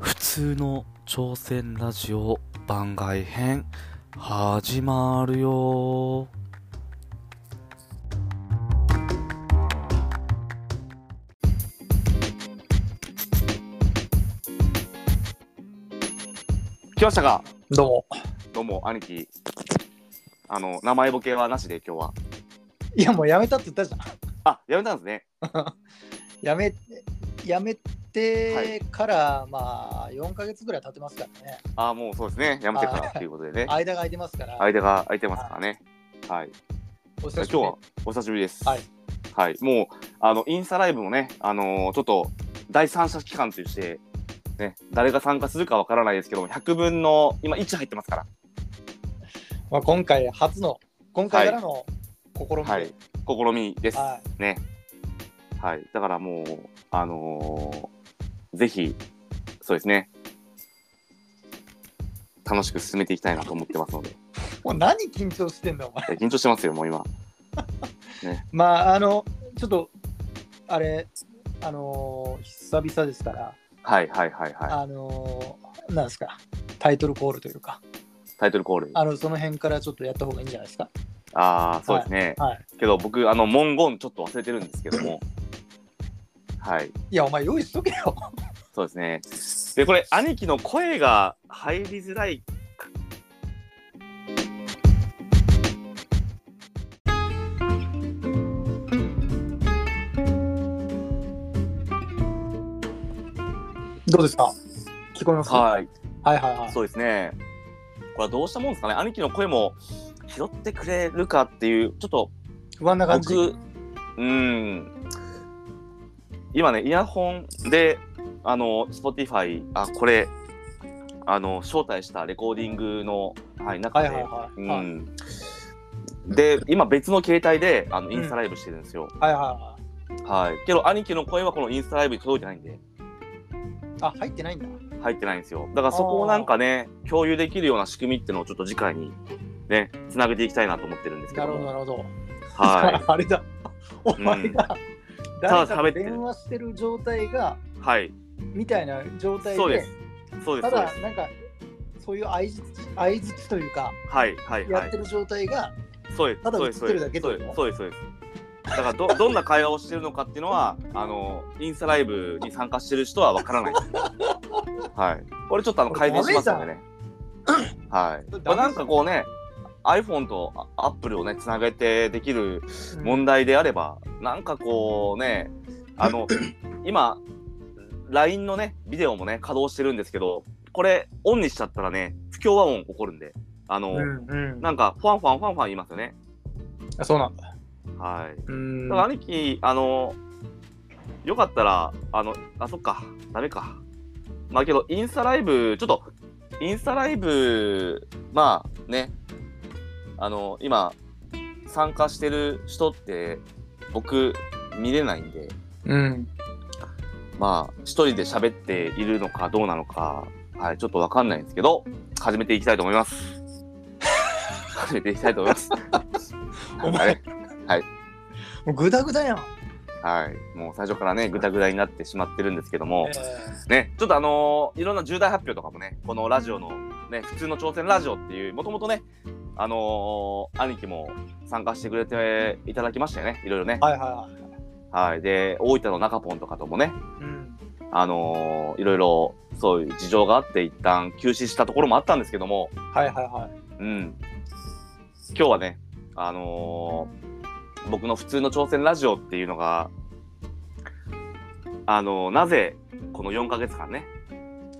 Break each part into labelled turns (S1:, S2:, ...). S1: 普通の朝鮮ラジオ番外編始まるよ
S2: 来ましたか
S3: どうも。
S2: どうも兄貴あの名前ボケはなしで今日はい
S3: や、もうやめたって言ったじゃん。
S2: あやめたんですね
S3: やめ、やめ
S2: は
S3: て
S2: い
S3: から、まあ、4ヶ月ぐらい経ってますからね。
S2: あもうそうですねやめてからということでね
S3: 間が空いてますから、
S2: 間が空いてますからねはい
S3: お
S2: 今
S3: 久し
S2: 日
S3: ぶり
S2: はお久しぶりです
S3: はい、
S2: はいもうあのインスタライブもねあのーちょっと第三者期間としてね誰が参加するかわからないですけども100分の今1入ってますから
S3: まあ、今回初の、今回からの試みで、
S2: はい試みです
S3: は
S2: ねはいだからもうあのーぜひそうですね楽しく進めていきたいなと思ってますので
S3: もう何緊張してんだよ、お前。
S2: いや緊張してますよ、もう今。
S3: まあ、あの、ちょっと、あれ、あのー久々ですから、
S2: はいはいはいは
S3: あのーなんですか、タイトルコールというか、
S2: い。タイトルコール。あ
S3: あの、その辺からちょっとやった方がいいんじゃないですか。
S2: あー、そうですね。
S3: はい。
S2: けど僕、あの文言ちょっと忘れてるんですけども。はい、
S3: いや、お前、用意しとけよ。
S2: そうですね。で、これ、兄貴の声が入りづらい。
S3: どうですか聞こえます
S2: はい、
S3: はいはいはい。
S2: そうですね。これはどうしたもんですかね。兄貴の声も拾ってくれるかっていう、ちょっと
S3: 不安な感じ。
S2: 僕、うん。今ね、イヤホンで、あの、Spotify、あ、これ、あの、招待したレコーディングの、はい、中
S3: はい
S2: で、
S3: はいはい。
S2: う
S3: はい
S2: ん。で、今別の携帯で、あの、
S3: ん
S2: インスタライブしてるんですよ。
S3: はいはい。
S2: はい。けど、兄貴の声はこのインスタライブに届いてないんで、
S3: あ、入ってないんだ。
S2: 入ってないんですよ。だからそこをなんかね、共有できるような仕組みっていうのをちょっと次回に、ね、つなげていきたいなと思ってるんですけ
S3: な
S2: ど
S3: るほ
S2: も。
S3: どなるほど。
S2: は
S3: あれだ。お前が、
S2: ただ
S3: 誰
S2: 喋
S3: か
S2: って
S3: と
S2: る
S3: 電話してる状態が、
S2: い。はい。
S3: みたいな状態
S2: そうで
S3: で、
S2: す。そうで
S3: た
S2: す。そうで
S3: だ
S2: す。
S3: なんか、そういう相づち相づちというか、
S2: はい。はい。は
S3: や
S2: い
S3: っ。てる状態が、
S2: そうです。
S3: ただ
S2: そう
S3: 映
S2: で
S3: っ
S2: す
S3: てるだけって
S2: そう
S3: こ
S2: です
S3: と
S2: そうです。そうです。だからど、 どんな会話をしてるのかっていうのは、あの、インスタライブに参加してる人はわからない。はい。これちょっとあの、
S3: これ
S2: 改善しますのでね。はい。まあ、なんかこうね、iPhone とあ Apple をね、つなげてできる
S3: うん
S2: 問題であれば、なんかこうね、あ の、今、LINE のね、ビデオもね、稼働してるんですけど、これ、オンにしちゃったらね、不協和音起こるんで、あの、
S3: うんうん。
S2: なんか、ファンファンファンファン言いますよね。
S3: あそうなんだ。
S2: はい。
S3: うん
S2: ただ兄貴、あの、よかったら、あの、あ、そっか、ダメか。まあけど、インスタライブ、ちょっと、インスタライブ、まあね、あの、今、参加してる人って、僕、見れないんで、
S3: うん。
S2: まあ、一人で喋っているのかどうなのか、はい、ちょっとわかんないんですけど、始めていきたいと思い ます。始めていきたいと思います。
S3: お
S2: はい
S3: 前、もうグダグダやん。
S2: はい、もう最初からね、ぐだぐだになってしまってるんですけども、
S3: えー
S2: ね、ちょっとあのーいろんな重大発表とかもね、このラジオのね、普通の挑戦ラジオっていう、もともとね、あのー兄貴も参加してくれていただきましたよね、いろいろね。
S3: はいはいはい。
S2: はい。で、大分の中ポンとかともね、
S3: うん。
S2: あのーいろいろそういう事情があって、一旦休止したところもあったんですけども、
S3: はいはいはい。
S2: うん。今日はね、あのー僕の普通の挑戦ラジオっていうのが、あのーなぜこの4ヶ月間ね、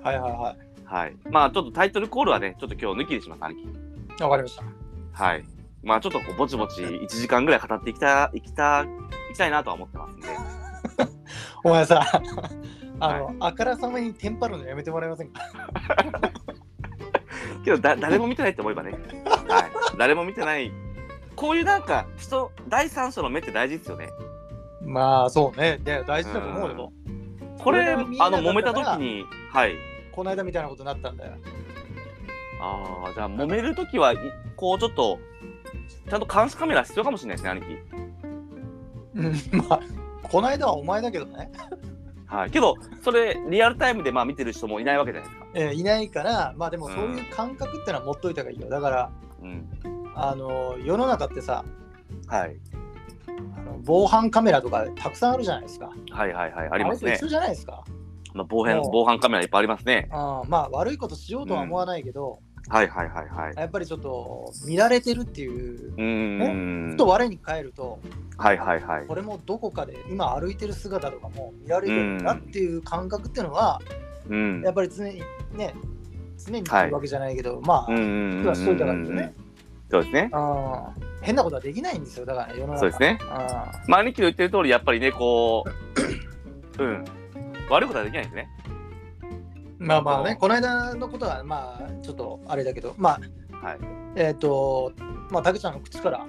S3: はいはいは
S2: はい。まあちょっとタイトルコールはね、ちょっと今日抜きにします、兄貴。
S3: い。わかりました。
S2: はい。まあちょっとこうぼちぼち1時間ぐらい語っていきた、いきた、いきたいなとは思ってますんで。
S3: お前さ、 あの、あからさまにテンパるのやめてもらえませんか
S2: けどだ、誰も見てないって思えばね。はい。誰も見てない。こういうなんか人、第三者の目って大事ですよね。
S3: まあそうね。で、大事だと思うよ。
S2: これ、あ
S3: こ
S2: の
S3: れが見えなかったから
S2: 揉めた時に、はい。
S3: この間みたいなことになったんだよ。
S2: ああ、じゃあ揉めるときはい、こうちょっと、ちゃんと監視カメラ必要かもしれないですね、兄貴。
S3: うん、まあ、この間はお前だけどね。
S2: はい。けど、それ、リアルタイムでまあ見てる人もいないわけじゃないですか。
S3: えーいないから、まあでもそういう感覚ってのは持っといた方がいいよ。だから、
S2: うん。
S3: あの、世の中ってさ、
S2: はい。
S3: あの防犯カメラとかたくさんあるじゃないですか。
S2: はいはいはい。あります
S3: あれ
S2: ね
S3: と一。緒じゃないですか。
S2: まあ、防犯
S3: もう
S2: 防犯カメラいっぱいありますね。
S3: あーまあ悪いことしようとは思わないけど、
S2: はいはいはいはい。
S3: やっぱりちょっと見られてるっていう。
S2: うー
S3: ふ
S2: ん。
S3: と我に返ると、
S2: はいはいはい。
S3: これもどこかで今歩いてる姿とかも見られてるんだっていう感覚っていうのは、
S2: うん。
S3: やっぱり常にね、常に
S2: はい
S3: いるわけじゃないけど、まあ、
S2: うんうんうんうん
S3: はしといた方がいいよね。
S2: そうですね。
S3: あー変なことはできないんですよ、だから世の中。
S2: そうですね。
S3: あ
S2: まあ、兄貴の言ってる通り、やっぱりね、こう、うん。悪いことはできないですね。
S3: ーまあまあね、この間のことは、まあ、ちょっとあれだけど、まあ、
S2: はい。
S3: えっ、と、まあ、たけちゃんの口から
S2: はい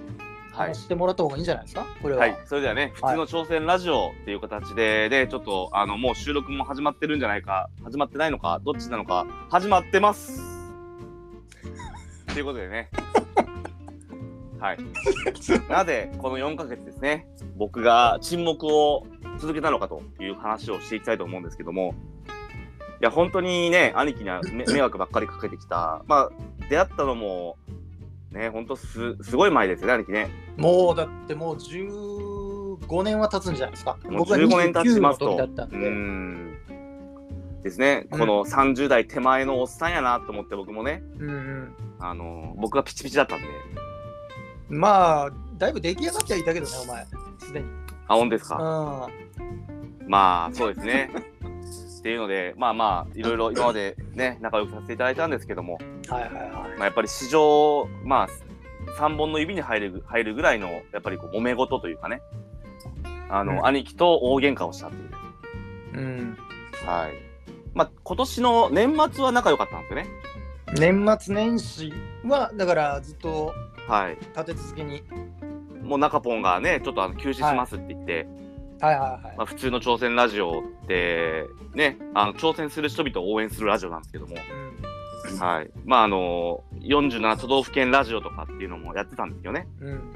S3: 話。してもらった方がいいんじゃないですか、これは。
S2: はい、それではね、普通の挑戦ラジオっていう形で、で、ちょっと、あの、もう収録も始まってるんじゃないか、始まってないのか、どっちなのか、始まってます。ということで ね。はい。なぜ、この4ヶ月ですね、僕が沈黙を続けたのかという話をしていきたいと思うんですけども、いや、本当にね、兄貴にはめ迷惑ばっかりかけてきた、まあ、出会ったのも、ね、本当す、すごい前ですよね、兄貴ね。
S3: もうだってもう15年は経つんじゃないですか。
S2: もう
S3: が
S2: 15年経ちます
S3: 29
S2: と。
S3: の時だったんで。
S2: うんですね、
S3: うん
S2: この30代手前のおっさんやなと思って僕もね、
S3: うん
S2: あの僕がピチピチだったんで、
S3: うん、まあ、だいぶ出来上がってはいたけどね、お前、すでに。
S2: あ、本当ですか、
S3: う
S2: まあそうですね。っていうので、まあまあ、いろいろ今までね、仲良くさせていただいたんですけども、
S3: ん。はいはいはい。
S2: まあ、やっぱり史上、まあ、3本の指に入る入るぐらいの、やっぱりこう揉め事というかね、あの、
S3: うん
S2: 兄貴と大喧嘩をしたっていう。
S3: うん、
S2: はい。まあ、今年の年末は仲良かったんですよね。
S3: 年末年始は、だからずっと
S2: はい。
S3: 立て続けに。
S2: もう中ポンがね、ちょっとあの休止しますって言って、
S3: はいはいはい。
S2: まあ、普通の挑戦ラジオって、ね、あの挑戦する人々を応援するラジオなんですけども、はい。まあ、あの、47都道府県ラジオとかっていうのもやってたんですよね。
S3: うんうん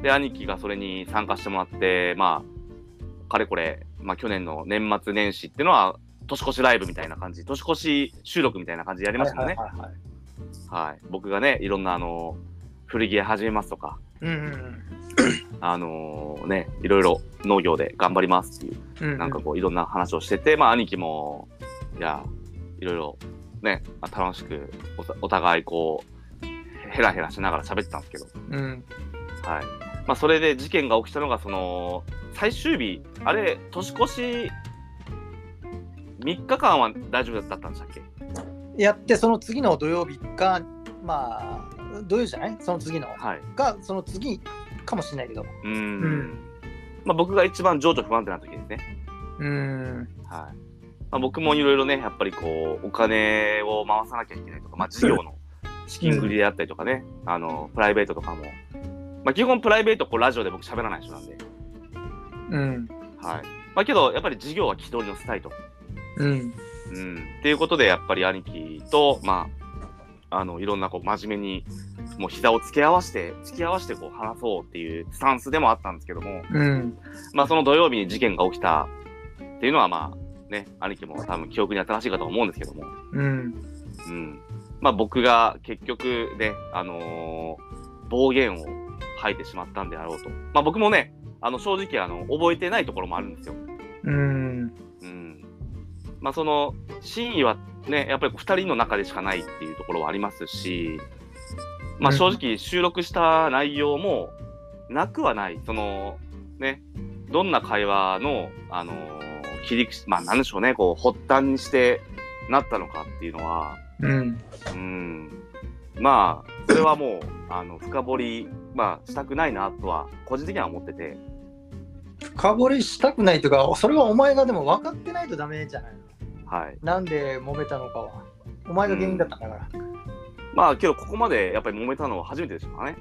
S2: で、兄貴がそれに参加してもらって、まあ、かれこれ、まあ、去年の年末年始っていうのは、年越しライブみたいな感じ、年越し収録みたいな感じでやりましたよね。
S3: はいはいはいはい
S2: はい。僕がね、いろんな、あの、古着屋始めますとか、
S3: うんうん
S2: あのね、いろいろ農業で頑張りますっていう。
S3: うんうん
S2: なんかこういろんな話をしてて、まあ兄貴も、いや、いろいろね、まあ、楽しくおたお互いこう、ヘラヘラしながら喋ってたんですけど、
S3: うん
S2: はい。まあそれで事件が起きたのが、その、最終日、あれ、年越し、3日間は大丈夫だったんでしたっけ
S3: やってその次の土曜日かまあ土曜日じゃないその次の
S2: はい。
S3: かその次かもしれないけど
S2: うーん。
S3: うん
S2: まあ僕が一番情緒不安定な時ですね。
S3: うん
S2: はい。まあ、僕もいろいろね、やっぱりこう、お金を回さなきゃいけないとか、まあ、事業の資金繰りであったりとかね、あの、プライベートとかも。まあ、基本プライベート、こう、ラジオで僕喋らない人なんで。
S3: うん
S2: はい。まあ、けど、やっぱり事業は軌道に乗せたいと。
S3: うん
S2: うん。っていうことで、やっぱり兄貴と、まあ、あの、いろんな、こう、真面目に、もう膝を付け合わせて、付き合わせて、こう、話そうっていうスタンスでもあったんですけども、
S3: うん
S2: まあ、その土曜日に事件が起きたっていうのは、まあ、ね、兄貴も多分記憶に新しいかと思うんですけども、
S3: うん
S2: うん。まあ、僕が結局ね、あのー暴言を吐いてしまったんであろうと。まあ、僕もね、あの正直あの覚えてないところもあるんですよ。
S3: うん。
S2: うん。まあ、その真意はね、やっぱり2人の中でしかないっていうところはありますし、まあ、
S3: うん
S2: 正直収録した内容もなくはない。その、ね、どんな会話の、あのー切り口、まあ、なんでしょうね、こう、発端にしてなったのかっていうのは、
S3: うん。
S2: うん、まあそれはもう あの深掘り、まあ、したくないなとは個人的には思ってて
S3: 深掘りしたくないというか、それはお前がでも分かってないとダメじゃないの
S2: はい
S3: なんで揉めたのかは。お前が原因だったんだから。
S2: まあけどここまでやっぱり揉めたのは初めてでしたからね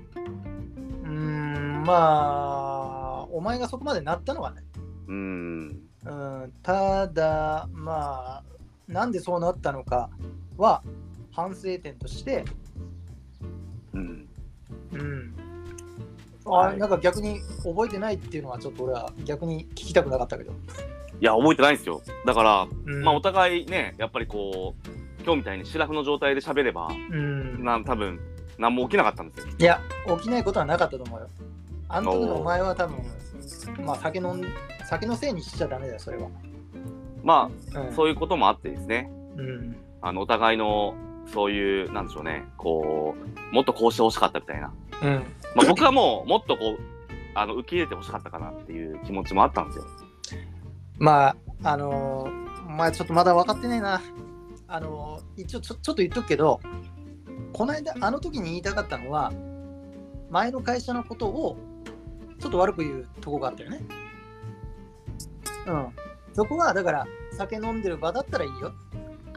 S3: うーん、まあ、お前がそこまでなったのはね。
S2: うん
S3: うん、ただ、まあ、なんでそうなったのかは反省点として、
S2: うん
S3: うん。あ、
S2: はい
S3: なんか逆に覚えてないっていうのはちょっと俺は逆に聞きたくなかったけど。
S2: いや覚えてないんですよだから、
S3: うん
S2: まあお互いねやっぱりこう今日みたいにシラフの状態で喋れば
S3: うん、
S2: な多分何も起きなかったんですよ
S3: いや、起きないことはなかったと思うよ。あの時の
S2: おー
S3: お前は多分、まあ酒のん酒のせいにしちゃダメだよ、それは。
S2: ま
S3: う
S2: あ
S3: ん、
S2: そういうこともあってですね
S3: うん、
S2: あのお互いのそういうなんでしょうねこうもっとこうしてほしかったみたいな
S3: うん。
S2: まあ、僕はもうもっとこうあの受け入れてほしかったかなっていう気持ちもあったんですよ。
S3: まあ、あのーお前ちょっとまだ分かってねえな。あのー一応ちょ、ちょっと言っとくけど、この間、あの時に言いたかったのは、前の会社のことをちょっと悪く言うとこがあったよね。うん。そこは、だから、酒飲んでる場だったらいいよ。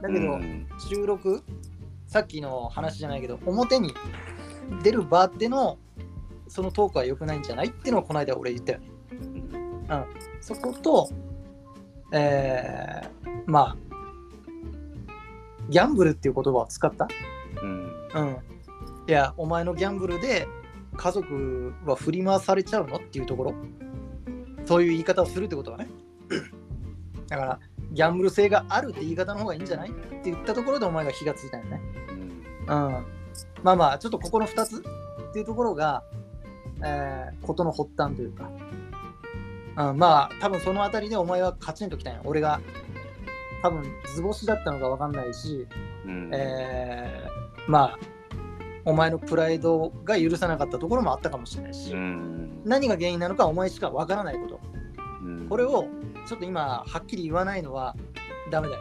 S3: だけど、
S2: うん
S3: 収録さっきの話じゃないけど表に出る場でのそのトークは良くないんじゃないっていうのをこの間俺言ったよね。うん、そこと、えー、まあギャンブルっていう言葉を使った、
S2: うん
S3: うん、いやお前のギャンブルで家族は振り回されちゃうのっていうところそういう言い方をするってことはね だからギャンブル性があるって言い方の方がいいんじゃないって言ったところでお前が火がついたよねうんまあまあちょっとここの2つっていうところが、えー、ことの発端というか、うん、まあ多分その辺りでお前はカチンときたんや俺が多分図星だったのか分かんないし、
S2: うん
S3: えーまあお前のプライドが許さなかったところもあったかもしれないし、
S2: うん
S3: 何が原因なのかお前しか分からないこと
S2: うん
S3: これをちょっと今はっきり言わないのはダメだよ、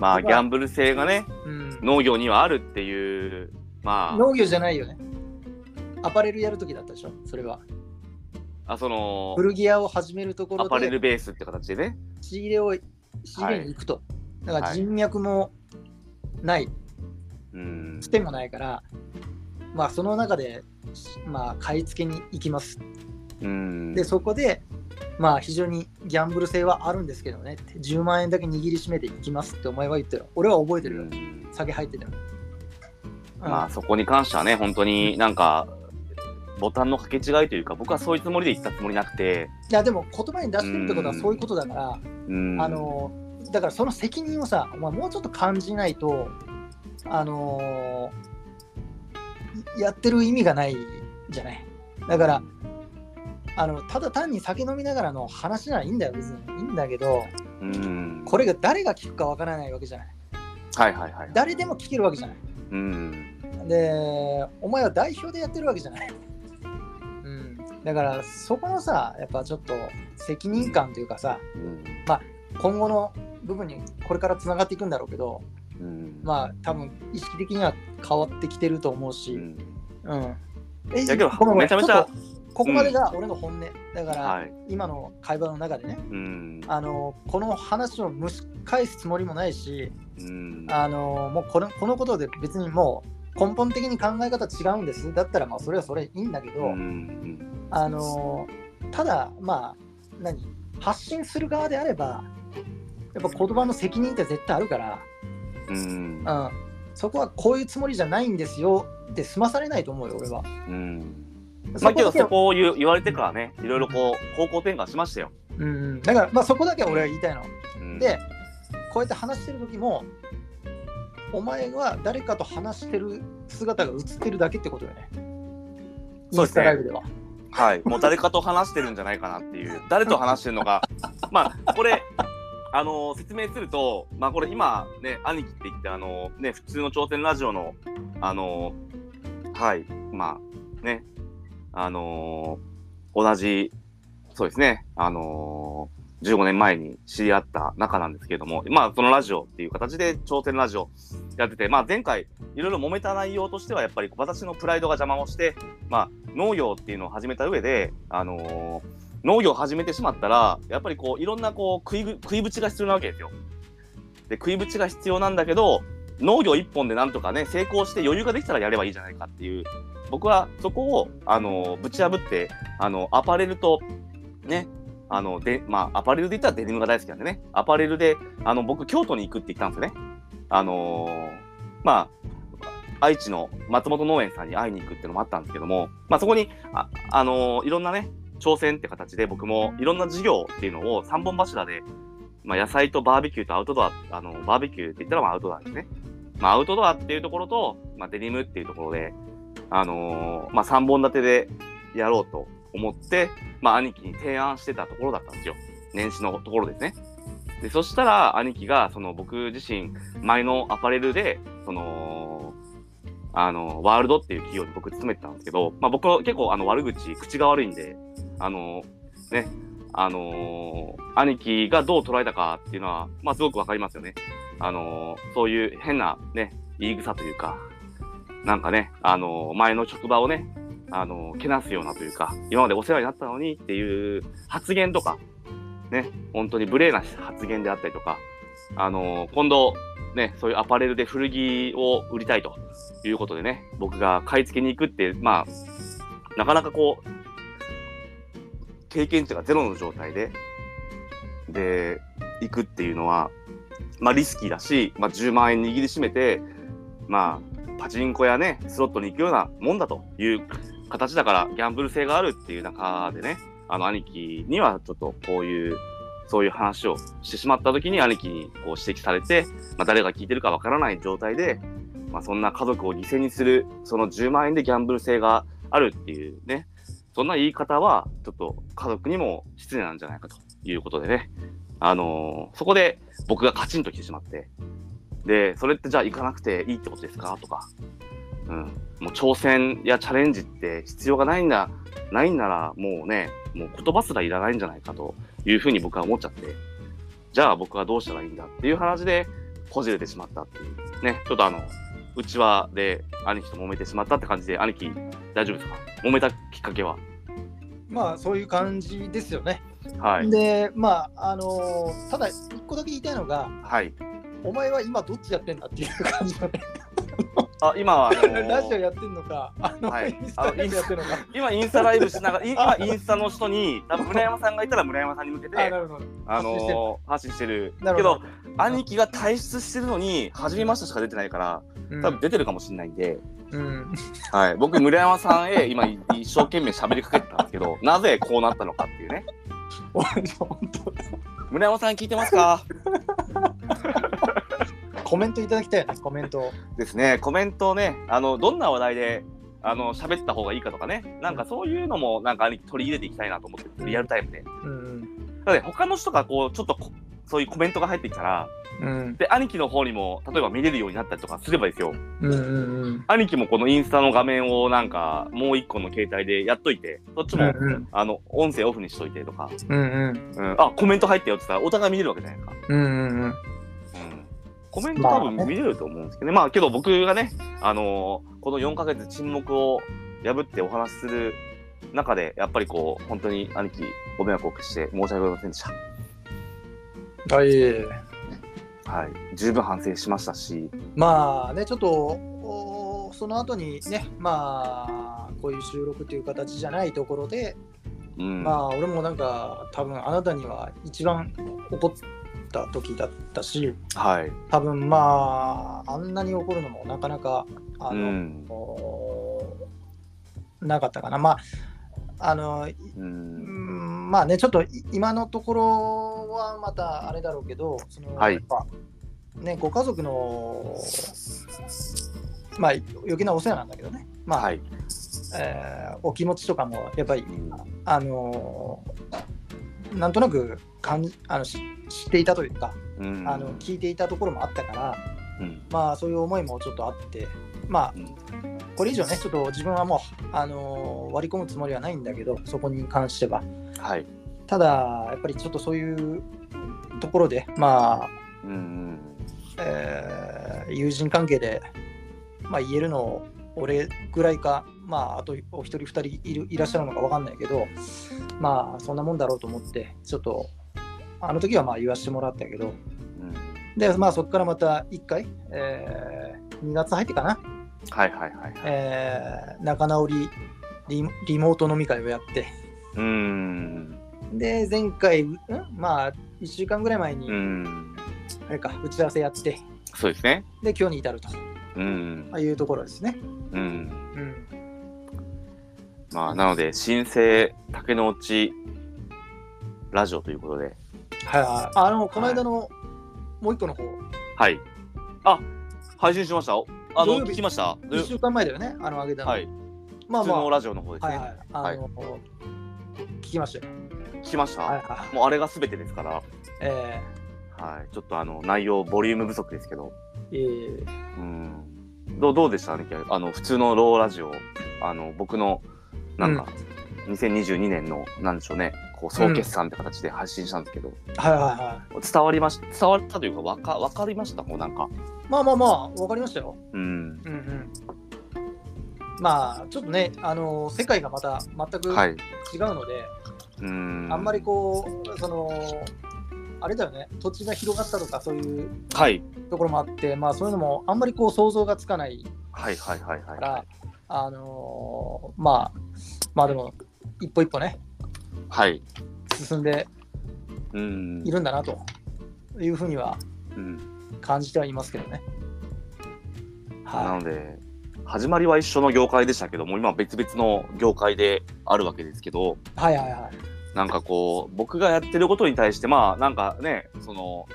S2: まあギャンブル性がね
S3: うん、
S2: 農業にはあるっていうま
S3: 農業じゃないよねアパレルやるときだったでしょそれは
S2: ああその
S3: 古着屋を始めるとこ
S2: ア
S3: ろ
S2: パレ
S3: で
S2: ルベースって形でね
S3: 仕入れを仕入れに行くと、だから
S2: はい
S3: 人脈もない
S2: うん
S3: つてもないからまあその中でまあ買い付けに行きます
S2: うん
S3: でそこでまあ非常にギャンブル性はあるんですけどねって10万円だけ握りしめていきますってお前は言ってる俺は覚えてるよ
S2: うん
S3: 酒入ってたよ、うん
S2: まあそこに関してはね本当になんかボタンの掛け違いというか僕はそういうつもりで言ったつもりなくて
S3: いやでも言葉に出してるってことはそういうことだから、
S2: うん
S3: あのだからその責任をさ、お前もうちょっと感じないと、あのいやってる意味がないじゃない。だから、あのただ単に酒飲みながらの話ならいいんだよ、別に。いいんだけど、
S2: うん
S3: これが誰が聞くかわからないわけじゃない。
S2: はいはいはい
S3: 誰でも聞けるわけじゃない。
S2: うん
S3: で、お前は代表でやってるわけじゃない。うん、だから、そこのさ、やっぱちょっと責任感というかさ、
S2: うん
S3: 今後の部分にこれからつながっていくんだろうけど、
S2: うん
S3: まあ多分意識的には変わってきてると思うし、
S2: う
S3: うん。
S2: ん
S3: え
S2: やけど
S3: ごめんごめん
S2: めちゃめちゃ
S3: ょっとここまでが俺の本音、だから、
S2: はい
S3: 今の会話の中でね、
S2: うん
S3: あのこの話を蒸し返すつもりもないし、
S2: うん
S3: あのもうこのこのことで別にもう根本的に考え方違うんですだったらまあそれはそれいいんだけど、
S2: うん
S3: あのただまあ何発信する側であればやっぱ言葉の責任って絶対あるから。
S2: うん
S3: うん、そこはこういうつもりじゃないんですよって済まされないと思うよ、俺は。
S2: うんま
S3: そ
S2: あけ
S3: こだ
S2: ど
S3: け
S2: そ
S3: は
S2: こを言う言われてからねいろいろこう方向転換しましたよ、
S3: うんうん、だから、まあ、そこだけは俺は言いたいの。
S2: うん
S3: で、こうやって話してる時も、お前は誰かと話してる姿が映ってるだけってことだよね。イ
S2: そうで
S3: ンス
S2: すね
S3: タライブでは。
S2: はい、もう誰かと話してるんじゃないかなっていう、誰と話してるのか、まあ、これ、あの説明すると、まあ、これ今、ね、兄貴って言って、あのね、普通の朝鮮ラジオの、あのはい、まあ、ね、あの同じ、そうですね、あの15年前に知り合った仲なんですけれども、まあ、そのラジオっていう形で、朝鮮ラジオやってて、まあ、前回、いろいろ揉めた内容としては、やっぱり私のプライドが邪魔をして、まあ、農業っていうのを始めた上で、あのー農業を始めてしまったら、やっぱりこう、いろんなこう、食いぶ、食いぶちが必要なわけですよ。で、食いぶちが必要なんだけど、農業一本でなんとかね、成功して余裕ができたらやればいいじゃないかっていう、僕はそこを、あのーぶち破って、あの、アパレルと、ね、あの、で、まあ、アパレルで言ったらデニムが大好きなんでね、アパレルで、あの、僕、京都に行くって言ったんですよね。あのーまあ、愛知の松本農園さんに会いに行くっていうのもあったんですけども、まあ、そこにあ、あのーいろんなね挑戦って形で僕もいろんな事業っていうのを3本柱で、まあ、野菜とバーベキューとアウトドアあのバーベキューって言ったらまあアウトドアですね、まあ、アウトドアっていうところと、まあ、デニムっていうところで、あのーまあ、3本立てでやろうと思って、まあ、兄貴に提案してたところだったんですよ年始のところですねでそしたら兄貴がその僕自身前のアパレルでそのあの、ワールドっていう企業に僕勤めてたんですけど、まあ僕は結構あの悪口、口が悪いんで、あの、ね、あのー兄貴がどう捉えたかっていうのは、まあすごくわかりますよね。あのーそういう変なね、言い草というか、なんかね、あのー前の職場をね、あのーけなすようなというか、今までお世話になったのにっていう発言とか、ね、本当に無礼な発言であったりとか、あのー今度、ね、そういうアパレルで古着を売りたいということでね、僕が買い付けに行くって、まあ、なかなかこう、経験値がゼロの状態で、で、行くっていうのは、まあリスキーだし、まあ10万円握りしめて、まあ、パチンコやね、スロットに行くようなもんだという形だから、ギャンブル性があるっていう中でね、あの兄貴にはちょっとこういう、そういう話をしてしまった時に兄貴にこう指摘されて、まあ誰が聞いてるかわからない状態で、まあ、そんな家族を犠牲にする、その10万円でギャンブル性があるっていうね、そんな言い方は、ちょっと家族にも失礼なんじゃないかということでね、あのーそこで僕がカチンと来てしまって、で、それってじゃあ行かなくていいってことですかとか、うん、もう挑戦やチャレンジって必要がないんだ、ないんならもうね、もう言葉すらいらないんじゃないかというふうに僕は思っちゃって、じゃあ僕はどうしたらいいんだっていう話で、こじれてしまったっていう、ね、ちょっとあの、うちわで兄貴と揉めてしまったって感じで、兄貴、大丈夫ですか揉めたきっかけは。
S3: まあそういう感じですよね。
S2: はい。
S3: で、まあ、あのーただ、一個だけ言いたいのが、
S2: はい。
S3: お前は今どっちやってんだっていう感じだね。
S2: あ、今は、あの ー
S3: ラジオやってんのか、あの、
S2: はい
S3: インスタライブやってん のか。
S2: 今インスタライブしながら、い今インスタの人に、多分村山さんがいたら村山さんに向け
S3: あ、
S2: て、
S3: なるほど。
S2: あのー、発信してる。
S3: な
S2: け
S3: るほ
S2: ど
S3: ど、。
S2: 兄貴が退出してるのに、初めましてしか出てないから、
S3: うん
S2: 多分出てるかもしれないんで、
S3: うん、
S2: はい。僕、村山さんへ今、い一生懸命喋りかけてたんですけど、なぜこうなったのかっていうね。
S3: お本当
S2: 村山さん聞いてますか
S3: コメントいただきたいよね、コメントを。
S2: ですね、コメントをね、あのどんな話題であの喋った方がいいかとかね、なんかそういうのもなんか兄貴取り入れていきたいなと思ってる、リアルタイムで。
S3: うん、
S2: だって他の人がこうちょっとこそういうコメントが入ってきたら、
S3: うん、
S2: で兄貴の方にも例えば見れるようになったりとかすればですよ。
S3: うん、うん、うん。
S2: 兄貴もこのインスタの画面をなんかもう一個の携帯でやっといて、そっちも、
S3: うん
S2: あの音声オフにしといてとか、
S3: うん
S2: うん、あコメント入ったよって言ったらお互い見れるわけじゃないですか。
S3: うんうん
S2: コメント多分見れると思うんですけどね。まあ、けど僕がね、あのーこの4ヶ月沈黙を破ってお話しする中で、やっぱりこう、本当に兄貴、ご迷惑をおかけして申し訳ございませんでし
S3: はい
S2: た。はい。十分反省しましたし、
S3: まあねちょっとおその後にねまあこういう収録という形じゃないところで、
S2: うん。
S3: まあ俺もなんか多分あなたには一番怒った時だったし
S2: はい。
S3: 多分まああんなに怒るのもなかなかあ
S2: う
S3: の、
S2: ん。
S3: おなかったかなまああの
S2: う。
S3: うんんまあね、ちょっとい今のところはまたあれだろうけど、その
S2: はい
S3: やっぱね、ご家族の、まあ、余計なお世話なんだけどね、まあ
S2: はい。
S3: えーお気持ちとかもやっぱり、あのーなんとなく感じあのし知っていたというか、
S2: うん
S3: あの聞いていたところもあったから、
S2: うん
S3: まあ、そういう思いもちょっとあって、まあ
S2: うん、
S3: これ以上ね、ちょっと自分はもう、あのー割り込むつもりはないんだけど、そこに関しては。
S2: はい。
S3: ただ、やっぱりちょっとそういうところで、まあ、
S2: うんうん。
S3: えー友人関係で、まあ、言えるの俺ぐらいか、まあ、あとお一人二人いるいらっしゃるのか分かんないけどまあそんなもんだろうと思ってちょっとあの時はまあ言わせてもらったけど
S2: うん
S3: でまあそこからまた1回、え2月入ってかな、
S2: はいはいはい。
S3: えー仲直りリリモート飲み会をやって
S2: うん。
S3: で前回、うん、まあ1週間ぐらい前に、
S2: うん。
S3: あれか打ち合わせやって
S2: そうですね。
S3: で今日に至ると
S2: うん。
S3: いうところですね。
S2: うん。
S3: うん
S2: まあ、なので、新生竹の内ラジオということで。
S3: はいはい、あのこの間のもう一個の方、
S2: はい。あ、配信しましたあの、
S3: 土曜日
S2: 聞きました
S3: 一週間前だよね、あの上げたの。
S2: はい。
S3: まあ
S2: 普通
S3: まあ、
S2: の
S3: はい
S2: ラジオの方です
S3: は
S2: ね。
S3: い、あの聞きましたよ。
S2: 聞きました、
S3: はいはい。
S2: もうあれが全てですから。
S3: え
S2: はい。ちょっとあの、内容、ボリューム不足ですけど。
S3: ーえー
S2: うん。どう、どうでしたねあの、普通のローラジオ。あの、僕の、なんか、2022年の、なんでしょうね、こう、総決算って形で配信したんですけど、
S3: はいはいは
S2: 伝わりました、伝わったというか、わか、わかりました、もうなんか。
S3: い。まあまあまあ、わかりましたよ。
S2: うん。
S3: うんうん。まあ、ちょっとね、あの世界がまた全く違う
S2: はい。
S3: ので、
S2: うん。
S3: あんまりこう、その、あれだよね、土地が広がったとか、そういう
S2: はい。
S3: ところもあって、まあそういうのもあんまりこう想像がつかない
S2: はいはいはいはい。
S3: から、あのーまあ、まあでも、一歩一歩ね、
S2: はい。
S3: 進んで
S2: うん
S3: い。るんだなというふうには
S2: うん
S3: 感じてはいますけどね。
S2: な
S3: は
S2: ので、始まりは一緒の業界でしたけども、今は別々の業界であるわけですけど、
S3: い、はいはいはい。
S2: なんかこう、僕がやってることに対して、まあなんかね、その、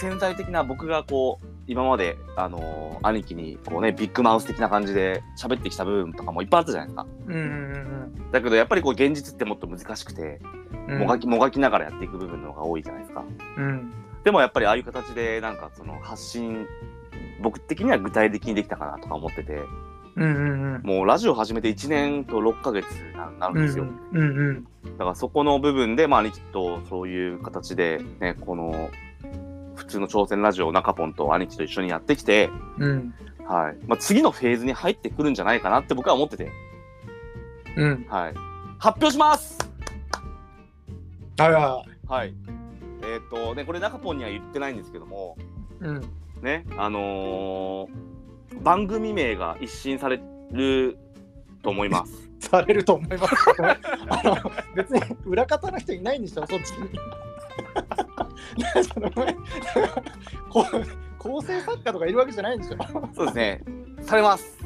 S2: 潜在的な僕がこう、今まで、あの兄貴に、こうね、ビッグマウス的な感じで喋ってきた部分とかもいっぱいあったじゃないですか。
S3: うんうん
S2: だけど、やっぱりこう、現実ってもっと難しくて、
S3: うんうん。
S2: もがき、もがきながらやっていく部分の方が多いじゃないですか。
S3: うん。
S2: でもやっぱりああいう形でなんかその発信僕的には具体的にできたかなとか思ってて
S3: うんうんうん。
S2: もうラジオ始めて1年と6ヶ月ななるんですよ、
S3: うんうん。
S2: だからそこの部分でまあ兄貴とそういう形でねこの普通の挑戦ラジオを中ポンと兄貴と一緒にやってきて、
S3: うん
S2: はいまあ、次のフェーズに入ってくるんじゃないかなって僕は思ってて、
S3: うん。
S2: はい、発表します
S3: はいは
S2: はいえっ、とねこれ中ポンには言ってないんですけども
S3: い。うん。
S2: ね、あのー番組名が一新されると思います。
S3: されると思います。ごめんあの別に裏方の人いないんでしょ、そっちに。 なんかそのごめんこう構成作家とかいるわけじゃないんでしょ。
S2: そうですね。されます。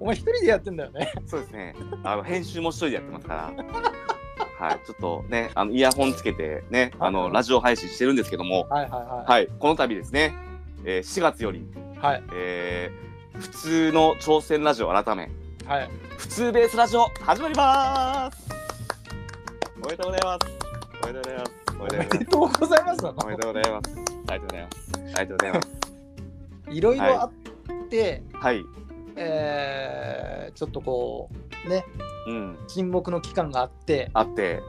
S3: お前一人でやってんだよね。
S2: そうですね。あの編集も一人でやってますから。はい、ちょっとね、あのイヤホンつけてね、あのラジオ配信してるんですけども、
S3: はいは
S2: はい、この度ですね、えー4月より、
S3: いはい。はい
S2: えー普通の挑戦ラジオ改め、
S3: はい。
S2: 普通ベースラジオ始まります。おめでとうございます。おめでとうございます。おめでとうございます。
S3: おめでとうございますなの
S2: おめでとうございます。ありがとうございます。ありがとうございます。
S3: いろいろあって、
S2: はい。
S3: えーちょっとこうね
S2: うん。
S3: 沈黙の期間があって
S2: あって、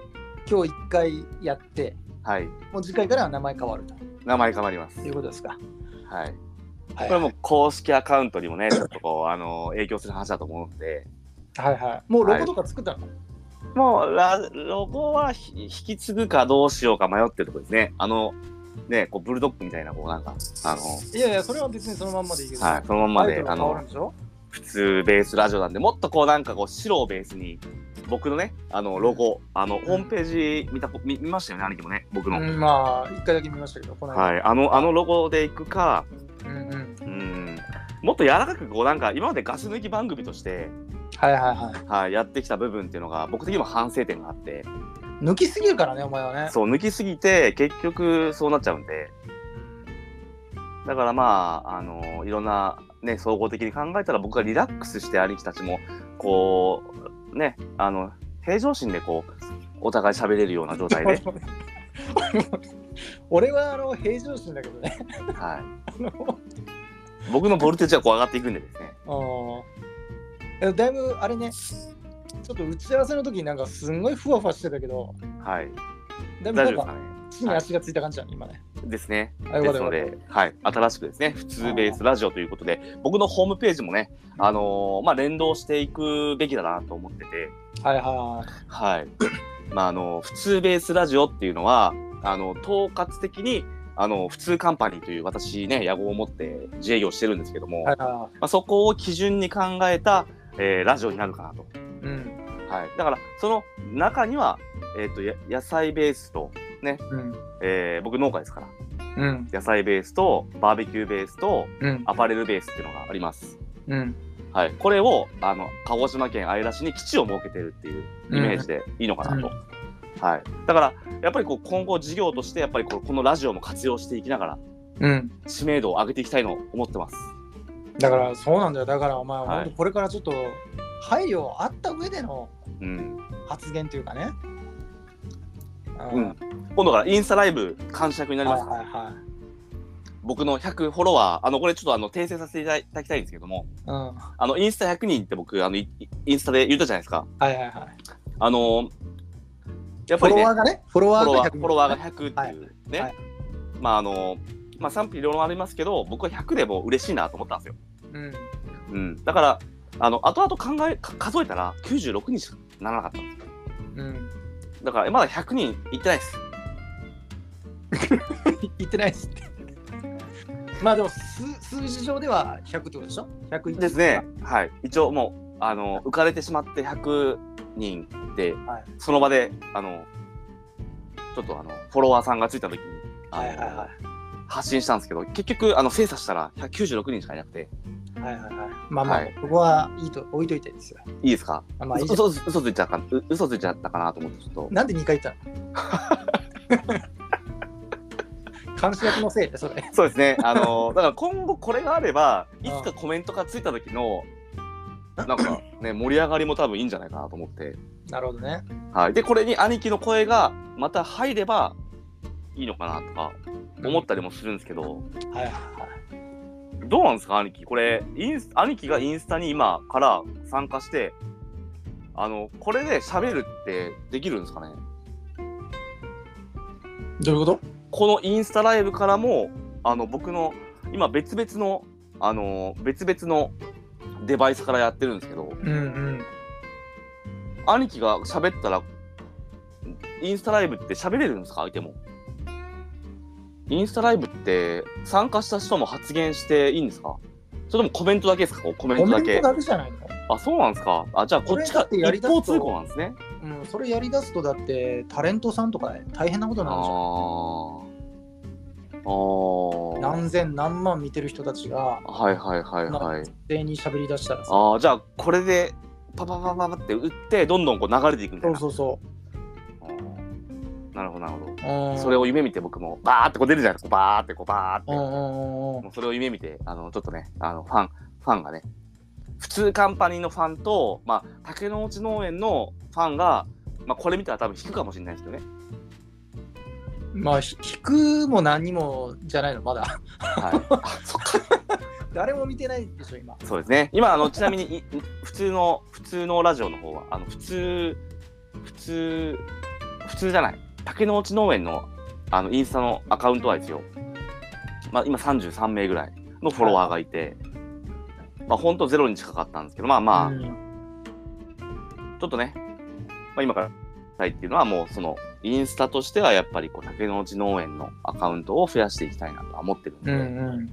S3: 今日1回やって
S2: はい。
S3: もう次回からは名前変わる
S2: 名前変わります。
S3: ということですか。
S2: はい。
S3: は
S2: こ
S3: い
S2: れも公式アカウントにもね、ちょっとこう、あの、影響する話だと思うんで、
S3: はいはい、もうロゴとか作ったの、
S2: もう、ラロゴはひ引き継ぐかどうしようか迷ってるとこですね。あの、ね、こう、ブルドッグみたいな、こう、なんか、あの、
S3: い、やいやそれは別にそのまんまでいいけど、
S2: はい、そのまんま
S3: タイト
S2: で
S3: ル、
S2: あ
S3: が変わる
S2: の
S3: ん、でしょ
S2: 普通ベースラジオなんで、もっとこう、なんかこう、白をベースに、僕のね、あの、ロゴ、あの、ホームページ見たこ、見見ましたよね、兄貴もね、僕の。
S3: うん、まあ1回だけ見ましたけどこの間、
S2: はい、あの、あのロゴでいくか、
S3: うんうん、
S2: うんもっと柔らかくこうなんか今までガス抜き番組として、
S3: はいはいは
S2: はい、やってきた部分っていうのが僕的にも反省点があって
S3: い抜きすぎるからねお前はね
S2: そう抜きすぎて結局そうなっちゃうんでだからまあ、あのいろんな、ね、総合的に考えたら僕がリラックスして兄貴たちもこうねあの平常心でこうお互い喋れるような状態 で、
S3: 俺はあの平常心だけどね。
S2: は
S3: あの
S2: い、僕のボルテージはこう上がっていくんでですね
S3: あーだいぶあれね、ちょっと打ち合わせの時なんかすんごいふわふわしてたけど、
S2: はい
S3: だいぶ
S2: 大丈夫です
S3: なん
S2: か
S3: か
S2: ね
S3: 地に足がついた感じだね、今ね。
S2: ですね。
S3: あよ
S2: で
S3: かっ
S2: す
S3: た
S2: の
S3: よかっ
S2: で、はい、新しくですね、普通ベースラジオということで、僕のホームページもね、あのーまあ、連動していくべきだなと思ってて、
S3: た。はいは
S2: はい。 まあ、あの普通ベースラジオっていうのは、あの、統括的に、あの、普通カンパニーという私ね、野望を持って自営業してるんですけども、
S3: い。はいは
S2: まあ、そこを基準に考えた、えーラジオになるかなと。
S3: い。うん。
S2: はい。だから、その中には、えっ、とや、野菜ベースと、
S3: うん。
S2: えー僕農家ですから、
S3: うん。
S2: 野菜ベースと、バーベキューベースと、
S3: うん。
S2: アパレルベースっていうのがあります。
S3: うん。
S2: はい、これをあの鹿児島県姶良市に基地を設けてるっていうイメージでいいのかなと。はい、だからやっぱりこう今後事業としてやっぱりこうこのラジオも活用していきながら
S3: うん。
S2: 知名度を上げていきたいの思ってます。
S3: だからそうなんだよ。だからお前、
S2: はい
S3: 本当これからちょっと配慮あった上での
S2: うん、
S3: 発言というかね。
S2: う
S3: うん
S2: ん、今度からインスタライブ完食になり
S3: は
S2: ま
S3: い
S2: すから、
S3: はいは
S2: 僕の100フォロワーあのこれちょっとあの訂正させていただきたいんですけども
S3: い。うん。は
S2: あのインスタ100人って僕あのいインスタで言ったじゃないですか
S3: いはいはい。
S2: あのやっ
S3: フ
S2: ぱ
S3: ォ
S2: り
S3: ロ
S2: ね
S3: ワーがね、フォロ
S2: フ
S3: ワ
S2: ォロワ
S3: ーが
S2: ー
S3: 100
S2: フォロワーが100っていうね、
S3: はいはい
S2: まああのまあ賛否両論ありますけど僕は100でも嬉しいなと思ったんですよ、
S3: うん。
S2: うん、だからあの後々考えか数えたら96人しかならなかったんですよ
S3: うん。
S2: だからまだ100人いってないです
S3: 言ってないですって。 まあでも数数字上では100ってことでしょ ?100
S2: ですね。はい一応もうあの浮かれてしまって100人で、
S3: はい
S2: その場であのちょっとあのフォロワーさんがついた時にあ
S3: はい
S2: の
S3: はいは
S2: 発信したんですけど結局あの精査したら196人しかいなくて
S3: い。はいはいはい。まあまあ、
S2: はい
S3: ここはいいと置いといてですよ。
S2: いいですか
S3: あまあいいじゃん
S2: 嘘嘘嘘ついちゃったかう嘘ついちゃったかなと思ってちょっと
S3: なんで2回言ったの 監視役のせいでそれ。
S2: そうですねあのだから今後これがあればい
S3: ああ
S2: つかコメントがついた時のなんかね 盛り上がりも多分いいんじゃないかなと思って、
S3: なるほどね。
S2: はい、でこれに兄貴の声がまた入ればいいのかなとか思ったりもするんですけど、
S3: はいはいはい。
S2: どうなんですか兄貴これインス兄貴がインスタに今から参加してあのこれで喋るってできるんですかね
S3: どういうこと
S2: このインスタライブからもあの僕の今別々のあの別々のデバイスからやってるんですけど
S3: うんうん。
S2: 兄貴が喋ったらインスタライブって喋れるんですか相手もインスタライブって参加した人も発言していいんですかそれともコメントだけですかこうコメン
S3: コ
S2: ト
S3: メ
S2: だ
S3: ント
S2: け
S3: だけじゃないの
S2: あそうなんですかあじゃあこっちが
S3: これだってやり
S2: 一
S3: だすと
S2: 方通行なんですね
S3: うん、それやりだすとだってタレントさんとか大変なこと
S2: あ
S3: に
S2: ー
S3: なるじゃ
S2: あー
S3: ん。何千何万見てる人たちが
S2: はいはいはいはい
S3: 全員に喋り出したらさ。
S2: ああじゃあこれでパパパパパって打ってどんどんこう流れていくみたい
S3: そう
S2: な
S3: そうそ
S2: あーなるほどなるほど、
S3: う。うん、
S2: それを夢見て僕もバーってこう出るじゃないですかバーってこうバーって、
S3: うんうんうんうん
S2: もうそれを夢見てあのちょっとねあのファンファンがね普通カンパニーのファンと、まあ、竹の内農園のファンが、まあ、これ見たら多分引くかもしれないですけどね、
S3: まあひ引くも何にもじゃないのまだ
S2: はい、 あそっか
S3: 誰も見てないでしょ今
S2: そうですね今あのちなみにい普通の普通のラジオの方はあの普通普通普通じゃない竹の内農園のあのインスタのアカウントはですよ、まあ、今33名ぐらいのフォロワーがいて、まあ、ほんとゼロに近かったんですけどまあまあ、
S3: うん
S2: ちょっとね、まあ、今からしたいっていうのはもうそのインスタとしてはやっぱりこう竹の内農園のアカウントを増やしていきたいなとは思ってるん
S3: う
S2: で、
S3: んうん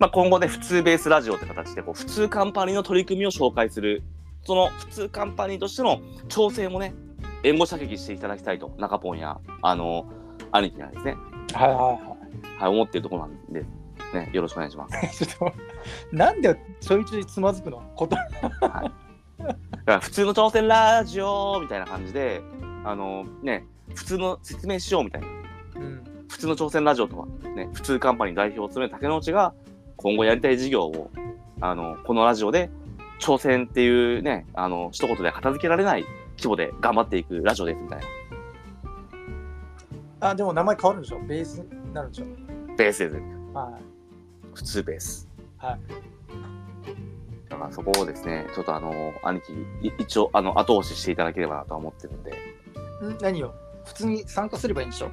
S2: まあ、今後ね普通ベースラジオって形でこう普通カンパニーの取り組みを紹介するその普通カンパニーとしての調整もね援護射撃していただきたいと中ポンやあの兄貴なんですね
S3: はいは
S2: はい思ってるところなんで。ね、よろしくお願いします。
S3: いはい ちょっとなんでちょいちょいつまずくのこと
S2: だから普通の挑戦ラジオみたいな感じで、あのね、普通の説明しようみたいな
S3: うん
S2: 普通の朝鮮ラジオとは、ね、普通カンパニー代表を務める竹之内が、今後やりたい事業を、あの、このラジオで、朝鮮っていうね、あの、一言で片付けられない規模で頑張っていくラジオですみたいな。
S3: あ、でも名前変わるんでしょベースになるんでしょ
S2: ベースです。
S3: はい。
S2: 普通ベース。
S3: はい。
S2: だからそこをですね、ちょっとあの、兄貴、い一応、あの、後押ししていただければなとは思ってるんで。
S3: ん何よ普通に参加すればいいんでしょ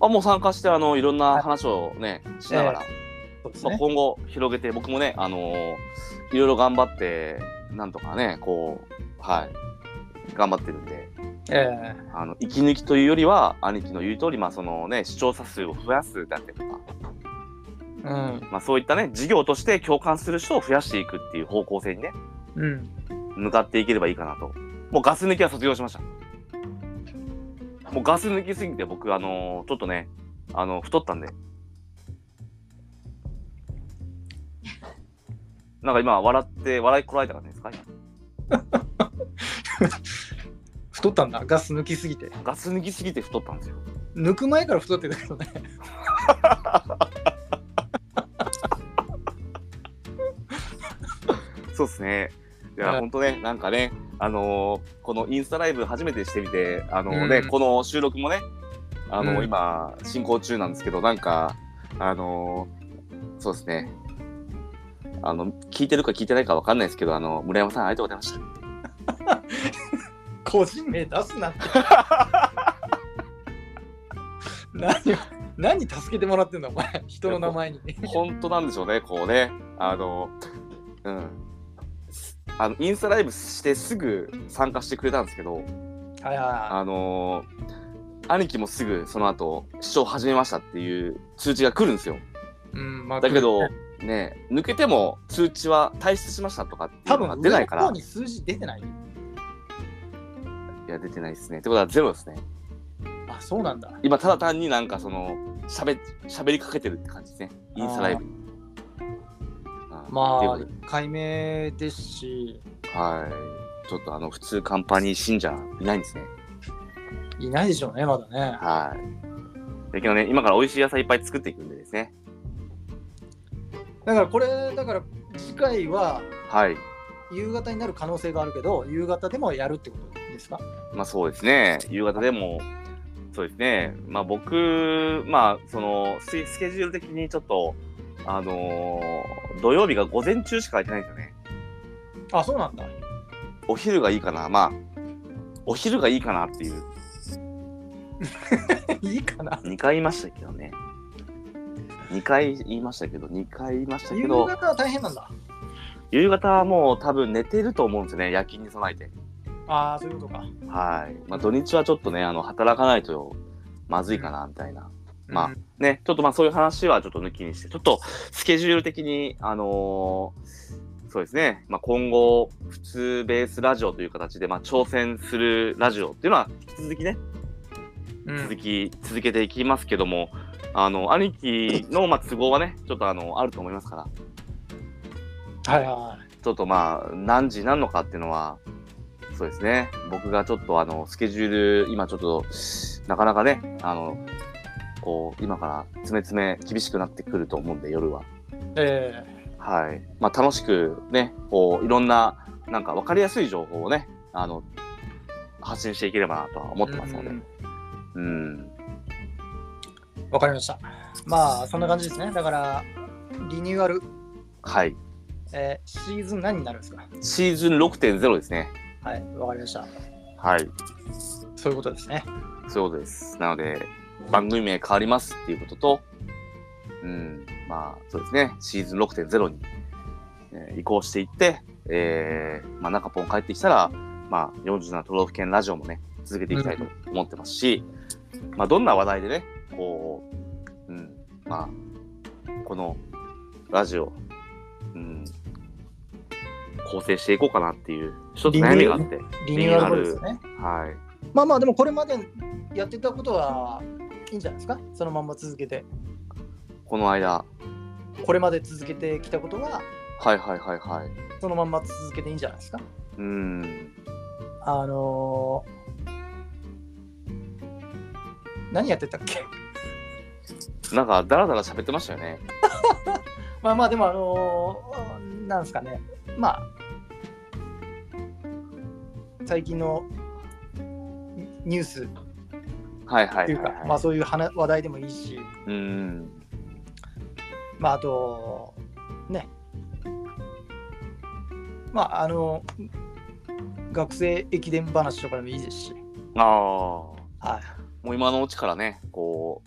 S2: あ、もう参加して、あの、いろんな話をね、しながら、
S3: そうです
S2: まあ、
S3: ね。
S2: 今後広げて、僕もね、あのーいろいろ頑張って、なんとかね、こう、はい、頑張ってるんで、
S3: え
S2: あの、息抜きというよりは、兄貴の言う通り、まあ、そのね、視聴者数を増やすだってとか、
S3: えうん。
S2: まあ、そういったね、事業として共感する人を増やしていくっていう方向性にね、
S3: うん。
S2: 向かっていければいいかなと。もうガス抜きは卒業しました。もうガス抜きすぎて僕、あのーちょっとね、あの、太ったんで。 なんか今、笑って、笑いこらえたからですか今
S3: 太ったんだ。ガス抜きすぎて。
S2: ガス抜きすぎて太ったんですよ。
S3: 抜く前から太ってたけどね。
S2: そうですね。い
S3: うん
S2: や、ほんとね、なんかね、あのーこのインスタライブ初めてしてみて、あのーね、
S3: うん
S2: この収録もね、あのー
S3: うん
S2: 今、進行中なんですけど、なんか、あのーそうですね。あの、聞いてるか聞いてないかわかんないですけど、あの、村山さん、ありがとうございました。
S3: 個人名出すな って。何を何助けてもらってんだお前人の名前に
S2: 本当なんでしょうね、こうね。あの、うん。あの、インスタライブしてすぐ参加してくれたんですけど、
S3: はいは
S2: あのー兄貴もすぐその後、視聴始めましたっていう通知が来るんですよ。
S3: いうんまあ
S2: だけど、ね、抜けても通知は退出しましたとかってい
S3: 多
S2: うのが
S3: 分
S2: 出
S3: 出
S2: な
S3: ない
S2: い
S3: か
S2: からら、
S3: に数字出てない
S2: いや、出てないですね。ってことはゼロですね。
S3: あそうなんだ
S2: 今、ただ単になんかその、喋喋りかけてるって感じですね。インスタライブに。
S3: ま
S2: という
S3: あ
S2: ことで
S3: 解明ですし
S2: はい。ちょっとあの、普通カンパニー信者いないんですね。
S3: いないでしょうねまだね
S2: はい。だけどね、今から美味しい野菜いっぱい作っていくんでですね。
S3: だからこれだから次回は
S2: はい。
S3: 夕方になる可能性があるけど夕方でもやるってことですか
S2: まあそうですね。夕方でも、そうですね。まあ僕、まあそのスケ、スケジュール的にちょっと、あのー土曜日が午前中しか空いてないんですよね。
S3: あそうなんだ
S2: お昼がいいかな。まあ、お昼がいいかなっていう。
S3: いいかな
S2: 2回言いましたけどね。2回言いましたけど、2回言いましたけ
S3: 夕
S2: ど、
S3: 方は大変なんだ
S2: 夕方はもう多分寝てると思うんですよね。夜勤に備えて。
S3: ああそういうことか
S2: はい。まあ、土日はちょっとね、あの、働かないとまずいかな、みたいな。まあ
S3: うん
S2: ね、ちょっとまあそういう話はちょっと抜きにして、ちょっとスケジュール的に、あのーそうですね、まあ、今後、普通ベースラジオという形で、まあ、挑戦するラジオっていうのは、引き続きね、
S3: うん
S2: 続き、続けていきますけども、あの、兄貴の、まあ、都合はね、ちょっとあの、あると思いますから、
S3: はいは
S2: ちょっとまあ、何時なのかっていうのは、そうですね。僕がちょっとあの、スケジュール、今ちょっと、なかなかね、あの、こう、今から詰め詰め厳しくなってくると思うんで、夜は。
S3: いえ
S2: はい。まあ、楽しくね、こう、いろんな、なんか分かりやすい情報をね、あの、発信していければなとは思
S3: え
S2: ってますので。
S3: うん
S2: うん。
S3: わかりましたまあそんな感じですねだからリニューアル、
S2: はい。
S3: えーシーズン何になるんですか
S2: シーズン6.0ですね。
S3: はいわかりました
S2: はい。
S3: そういうことですね
S2: そういうことです。なので、番組名変わりますっていうことと、うん、まあ、そうですね、シーズン6.0に、えー移行していって、えー、まあ、中ポン帰ってきたら、まあ、47都道府県ラジオもね、続けていきたいと思ってますし、まあ、どんな話題でね、こう、うん、まあ、このラジオ、うん、構成していこうかなっていう、一つ悩みがあって、
S3: リニューアル後ですよね
S2: はい。
S3: まあまあでもこれまでやってたことはいいんじゃないですかそのまんま続けて
S2: この間、
S3: これまで続けてきたことは
S2: はいはいはいはい。
S3: そのまんま続けていいんじゃないですか
S2: うーん。
S3: あのー何やってたっけ
S2: なんかダラダラ喋ってましたよね。
S3: まあまあでもあのーなんですかねまあ最近のニニュース
S2: はいはいはい
S3: と
S2: いうは
S3: か、
S2: い。
S3: まあ、そういう話話題でもいいし、
S2: うん。
S3: まあ、あとねまああの学生駅伝話とかでもいいですし、
S2: ああ。も
S3: はいう
S2: 今のうちからね、こ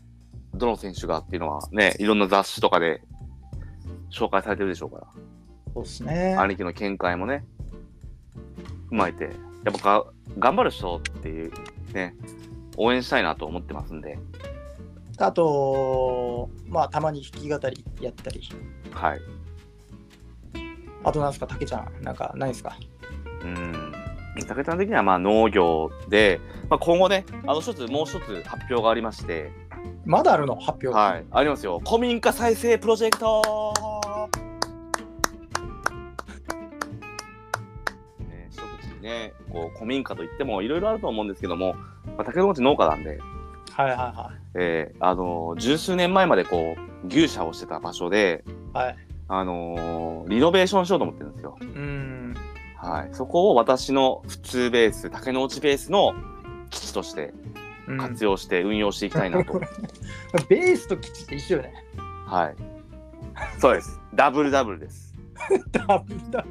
S2: う、どの選手がっていうのはね、いろんな雑誌とかで紹介されてるでしょうから。
S3: そうですね
S2: 兄貴の見解もね踏まえてやっぱが頑張る人っていうね応援したいなと思ってますんで
S3: あとまあたまに弾き語りやったり
S2: はい
S3: あとなんですかたけちゃんなんかないですか
S2: うん武田的にはまあ農業で、まあ、今後ねあの一つもう一つ発表がありまして
S3: まだあるの発表
S2: はいありますよ古民家再生プロジェクト ね一口にねこう古民家といってもいろいろあると思うんですけども、まあ、武田のうち農家なんで
S3: はいはいはい
S2: えーあのー十数年前までこう牛舎をしてた場所で、
S3: はい
S2: あのーリノベーションしようと思ってるんですよ。
S3: うん
S2: はい、そこを私の普通ベース竹の内ベースの基地として
S3: うん
S2: 活用して運用していきたいなと、
S3: ベースと基地って一緒よね。
S2: はいそうですダブルダブルです
S3: ダブルだ。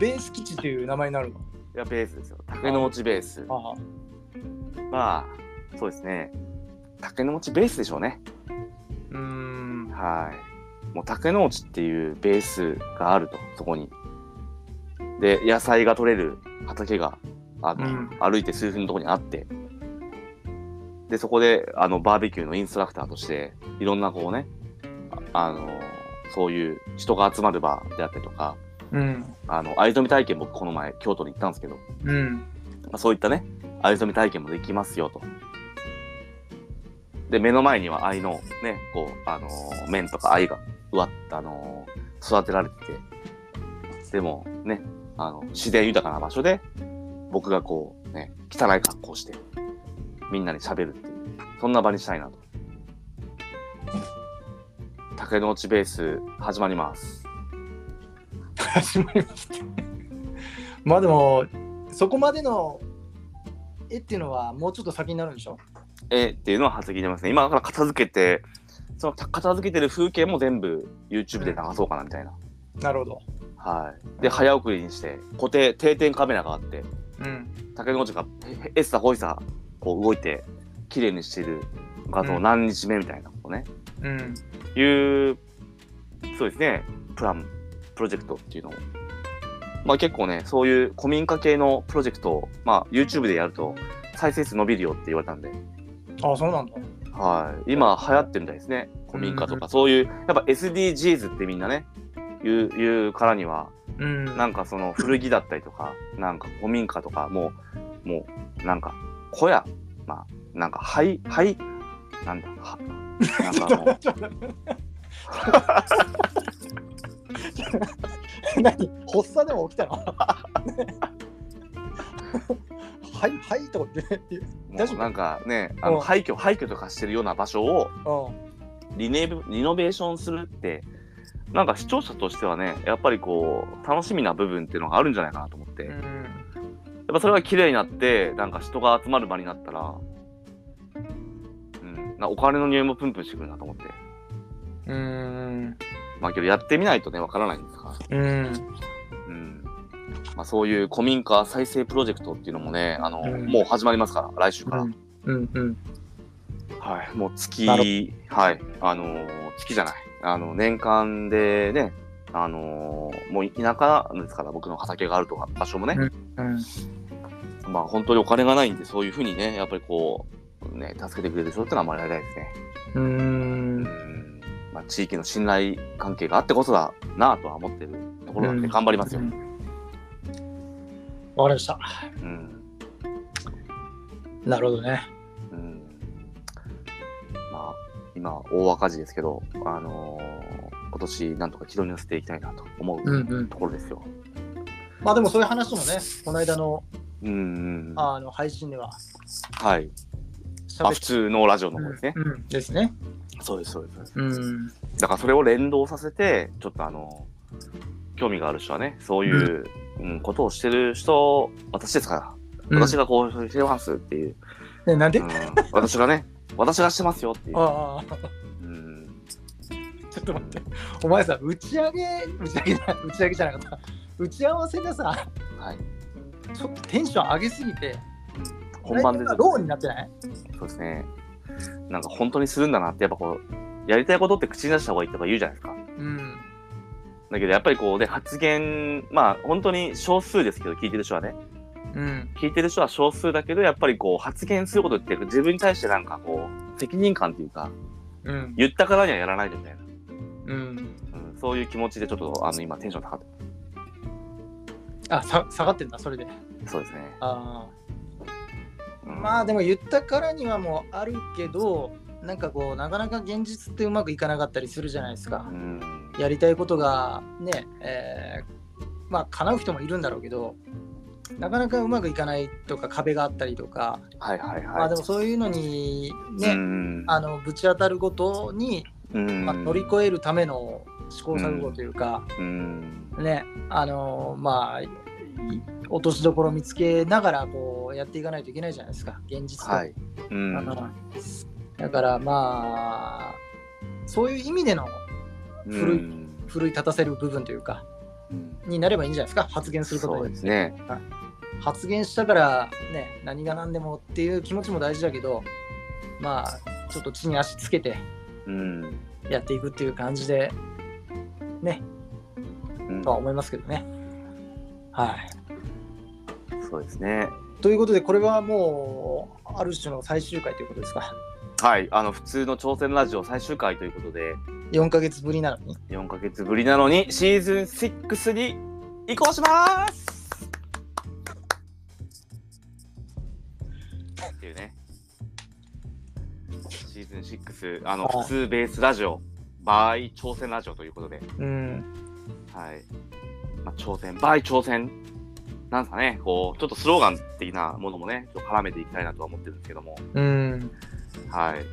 S3: ベース基地という名前になるの。
S2: いやベースですよ竹の内ベース
S3: あ
S2: まあそうですね竹の内ベースでしょうね
S3: うーん。
S2: はい。もう竹の内っていうベースがあると、そこに。で、野菜が取れる畑が、あの、
S3: うん
S2: 歩いて数分のところにあって、で、そこで、あの、バーベキューのインストラクターとして、いろんなこうね、ああの、そういう人が集まる場であったりとか、
S3: うん。
S2: あの、藍染め体験僕この前京都に行ったんですけど、
S3: うん。
S2: まあ、そういったね、藍染め体験もできますよと。で、目の前には藍のね、こう、あのー面とか藍が、うわっ、あのー育てられてて、でもね、あの、自然豊かな場所で、僕がこう、ね、汚い格好をして、みんなに喋るっていう、そんな場にしたいなと。竹の内ベース、始まります。
S3: 始まりました。まあでも、そこまでの絵っていうのはもうちょっと先になるんでしょ
S2: 絵っていうのは発言してますね。今だから片付けて、その片付けてる風景も全部 YouTube で流そうかなみたいな。
S3: なるほど。
S2: はい。で、早送りにして、固定、定点カメラがあって、
S3: うん。
S2: 竹野内がへへエッサ、ホイサ、こう動いて、綺麗にしてる画像
S3: うん
S2: 何日目みたいなことね、
S3: うん。
S2: いう、そうですね、プラン、プロジェクトっていうのを。まあ結構ね、そういう古民家系のプロジェクトを、まあ YouTube でやると、再生数伸びるよって言われたんで、
S3: あそうなんだ。
S2: はい、今流行ってるみたいですね古民家とか、そういうやっぱ SDGs ってみんなね言う言うからには
S3: うん。
S2: なんかその古着だったりとかなんか古民家とかもうもうなんか小屋まあなんか灰灰なんだはなん かもう
S3: 何発作でも起きたのはいはいとか言って。
S2: も
S3: 大丈
S2: う
S3: 夫
S2: なんかねあの
S3: うん
S2: 廃墟廃墟とかしてるような場所を
S3: う
S2: リネブリノベーションするってなんか視聴者としてはねやっぱりこう楽しみな部分っていうのがあるんじゃないかなと思って。
S3: ん。うん
S2: やっぱそれが綺麗になって、なんか人が集まる場になったら、うん、なお金の匂いもプンプンしてくるなと思って。
S3: うーん。
S2: まあけどやってみないとね、わからないんですから。
S3: うん。
S2: うん。まあそういう古民家再生プロジェクトっていうのもね、あの、
S3: うん
S2: もう始まりますから、来週から。
S3: うん。うん。
S2: はい。もう月、
S3: な
S2: はい。あのー月じゃない。あの、年間でね、あのーもう田舎なんですから、僕の畑があるとか、場所もね、
S3: うん。
S2: まあ本当にお金がないんで、そういうふうにね、やっぱりこう、ね、助けてくれる人ってのはあんまりありがたいですね。
S3: うーん。
S2: うんまあ、地域の信頼関係があってこそだなぁとは思ってるところなんで頑張りますよ。
S3: う
S2: うんん
S3: わかりました。
S2: うん
S3: なるほどね。
S2: まあ今大赤字ですけど、あのー今年なんとか軌道に乗せていきたいなと思
S3: うん
S2: う
S3: うん
S2: ところですよ。
S3: まあでもそういう話もね、この間の
S2: うん、うん
S3: あの配信では
S2: はい。
S3: し
S2: まあ、普通のラジオの方ですね。
S3: うんうんですね。
S2: そうです、そうです。
S3: うん。
S2: だからそれを連動させて、ちょっとあの、興味がある人はね、そういう、うん、ことをしてる人、私ですから、私
S3: が。
S2: がこうしてますっていう、
S3: え、なんで、
S2: うん私 がね、私がしてますよっていう。
S3: ああ、
S2: うん
S3: ちょっと待って。お前さ、打ち上げ、打ち上げじゃない、打ち上げじゃなかった。打ち合わせでさ、
S2: はい、
S3: ちょっとテンション上げすぎて、
S2: 本番で
S3: 内容がローになってない
S2: そうですね。なんか本当にするんだなって、やっぱこう、やりたいことって口に出した方がいいとか言うじゃないですか。
S3: うん。
S2: だけどやっぱりこうね、発言、まあ本当に少数ですけど、聞いてる人はね。
S3: うん。
S2: 聞いてる人は少数だけど、やっぱりこう発言することって自分に対してなんかこう、責任感っていうか、
S3: うん。
S2: 言ったからにはやらないとみたいな。
S3: うん。
S2: うん、そういう気持ちでちょっとあの今テンション高く
S3: あ、さ下がってんだ、それで。
S2: そうですね。
S3: あ
S2: う
S3: あ。
S2: ん、
S3: まあでも言ったからにはもうあるけど、なんかこう、なかなか現実ってうまくいかなかったりするじゃないですか
S2: う。ん、
S3: やりたいことがね、えーまあ叶う人もいるんだろうけどなかなかうまくいかないとか壁があったりとか、
S2: はいはいはい。
S3: まあでもそういうのにね、
S2: うん、
S3: あのぶち当たるごとに、
S2: うん、
S3: まあ、乗り越えるための試行錯誤というか、
S2: うん、
S3: ねあのまあい落としどころ見つけながらこうやっていかないといけないじゃないですか現実と、
S2: はい。うん、
S3: あのだからまあそういう意味での古い
S2: うん
S3: 奮い立たせる部分というか
S2: うん
S3: になればいいんじゃないですか発言すること
S2: そ
S3: に
S2: うですね。
S3: 発言したからね何が何でもっていう気持ちも大事だけどまあちょっと地に足つけて
S2: うん。
S3: やっていくっていう感じでね
S2: うん
S3: とは思いますけどね。はい、
S2: そうですね。
S3: ということでこれはもうある種の最終回ということですか
S2: はい、あの普通の挑戦ラジオ最終回ということで、
S3: 4ヶ月ぶりなのに
S2: 4ヶ月ぶりなのにシーズン6に移行しますっていうね。シーズン6、あの
S3: はい
S2: 普通ベースラジオ、場合挑戦ラジオということで、
S3: うん
S2: はい。まあ、挑戦、場合挑戦。なんですかね、こう、ちょっとスローガン的なものもね、ちょっと絡めていきたいなとは思ってるんですけども。
S3: うん
S2: はい。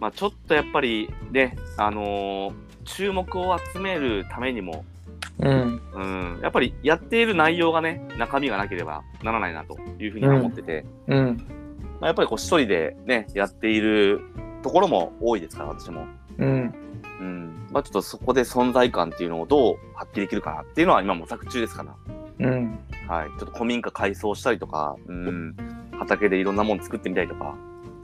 S2: まあ、ちょっとやっぱりね、あのー注目を集めるためにも、
S3: うん
S2: うん、やっぱりやっている内容がね、中身がなければならないなというふうには思ってて、
S3: うん
S2: まあ、やっぱりこう一人でね、やっているところも多いですから、私も。
S3: うん
S2: うん。まあ、ちょっとそこで存在感っていうのをどう発揮できるかなっていうのは今模索中ですから。
S3: うん
S2: はい。ちょっと古民家改装したりとか、うん、畑でいろんなもの作ってみたりとか、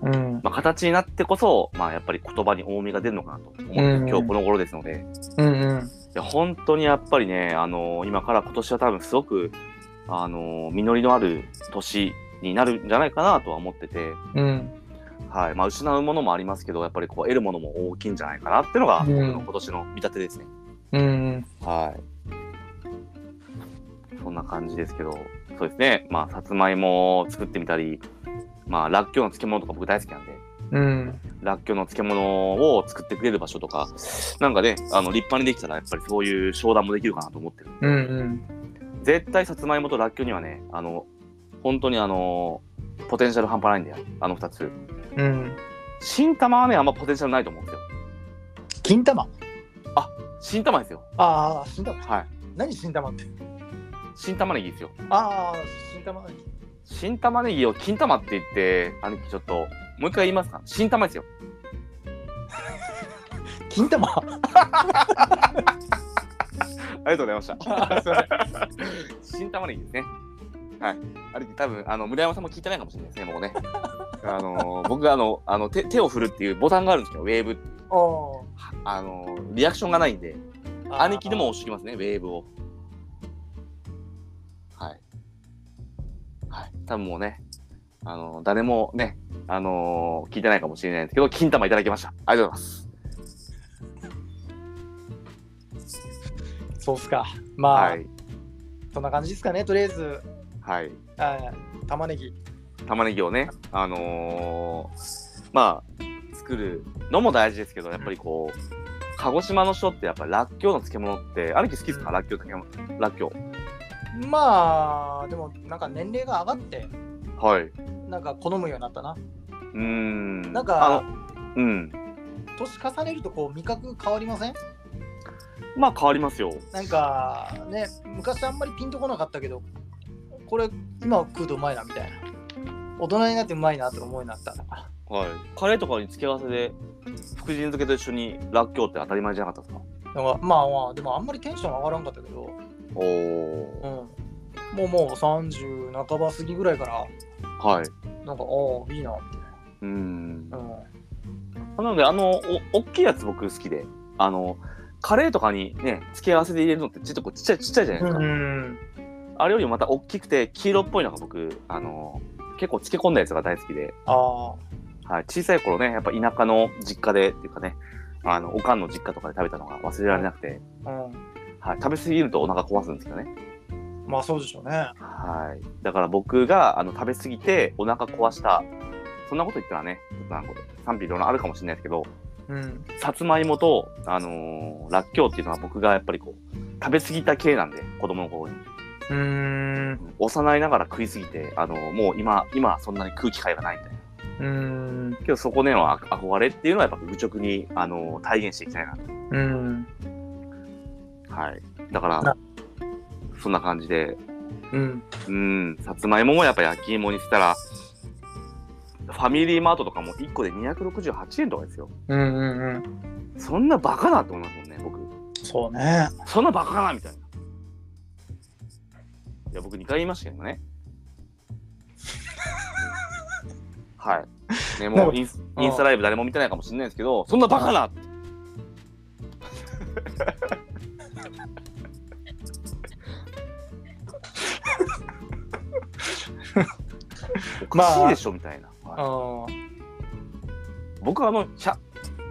S3: うん
S2: まあ、形になってこそ、まあ、やっぱり言葉に重みが出るのかなと思って、
S3: うん
S2: 今日この頃ですので、
S3: うん
S2: いや本当にやっぱりね、あのー今から今年は多分すごく、あのー実りのある年になるんじゃないかなとは思ってて、
S3: うん
S2: はいまあ、失うものもありますけど、やっぱりこう得るものも大きいんじゃないかなっていうのが、
S3: うん
S2: 僕の今年の見立てですね。
S3: うん
S2: はい。そんな感じですけど、そうですね、まあ、さつまいもを作ってみたり、まあ、らっきょうの漬物とか僕大好きなんで、
S3: うん
S2: らっきょうの漬物を作ってくれる場所とか、なんかね、あの立派にできたら、やっぱりそういう商談もできるかなと思ってる。
S3: うん
S2: 絶対さつまいもとらっきょうにはね、あの、本当にあの、ポテンシャル半端ないんだよ、あの二つ。
S3: うん
S2: 新玉はね、あんまポテンシャルないと思うんですよ。
S3: 金玉
S2: 新玉ですよ。
S3: ああ新玉
S2: はい。
S3: 何新玉って
S2: 新玉ねぎですよ。
S3: ああ新玉
S2: 新玉ねぎを金玉って言って、兄貴ちょっと、もう一回言いますか新玉ですよ。
S3: 金 玉
S2: ありがとうございました。 新玉ねぎですね。はい。あれ多分、あの、村山さんも聞いてないかもしれないですね、もうね。あのー僕があの、あの手、手を振るっていうボタンがあるんですけど、ウェーブ。
S3: お
S2: あのーリアクションがないんで、兄貴でも押してきますね、ウェーブを。はい。はい。多分もうね、あのー誰もね、あのー聞いてないかもしれないんですけど、金玉いただきました。ありがとうございます。
S3: そうっすかまあ、
S2: はい。
S3: そんな感じですかねとりあえず
S2: はい。
S3: あー玉ねぎ
S2: 玉ねぎをね、あのーまあ、作るのも大事ですけど、やっぱりこう、鹿児島の人ってやっぱりらっきょうの漬物って、兄貴好きですからっきょうだけも、らっきょ
S3: まあでもなんか年齢が上がって
S2: う。はい。
S3: なんか好むようになったな
S2: うーん。
S3: なんか
S2: あの、うん。
S3: 年重ねるとこう味覚変わりません
S2: まあ変わりますよ。
S3: なんかね昔あんまりピンとこなかったけどこれ今食うとうまいなみたいな大人になってうまいなと思いになった
S2: はい。カレーとかに付け合わせで、福神漬けと一緒にらっきょうって当たり前じゃなかったですか
S3: なんかまあまあでもあんまりテンション上がらんかったけど、
S2: お
S3: うん、
S2: お。
S3: もうもう30半ば過ぎぐらいから
S2: はい。
S3: なんかああいいなって、
S2: うーん
S3: う。ん、
S2: なので、あの、お大きいやつ僕好きで、あの、カレーとかにね、付け合わせで入れるのってちょっとこうちっちゃいちっちゃいじゃないですか。
S3: うん
S2: あれよりもまた大きくて黄色っぽいのが僕、あの、結構漬け込んだやつが大好きで、
S3: ああ
S2: はい、小さい頃ね、やっぱ田舎の実家でっていうかね、あの、おかんの実家とかで食べたのが忘れられなくて、
S3: うん
S2: はい、食べ過ぎるとお腹壊すんですよね。
S3: まあそうでしょうね
S2: はい。だから僕が、あの、食べ過ぎてお腹壊した、そんなこと言ったらね、ちょっとなんか賛否両論あるかもしれないですけど、
S3: うん
S2: さつまいもと、あのーらっきょうっていうのは僕がやっぱりこう、食べ過ぎた系なんで、子供の頃に。
S3: うーん
S2: 幼いながら食い過ぎて、あのーもう今、今はそんなに食う機会がないみたいな。
S3: うん
S2: けどそこでのあ憧れっていうのはやっぱ愚直に、あのー体現していきたいな。
S3: うん
S2: はい。だから
S3: な、
S2: そんな感じで、
S3: うん
S2: うん、さつまいももやっぱ焼き芋にしたら、ファミリーマートとかも1個で268円とかですよ。
S3: うんうんうん
S2: そんなバカなって思いますもんね、僕。
S3: そうね
S2: そんなバカかなみたいな。いや、僕2回言いましたけど ね。はい。ね、もうインス
S3: うん
S2: インスタライブ誰も見てないかもしれないですけど、そんな バカなって。おかしいでしょみたいな。はい
S3: あ
S2: 僕はあの、100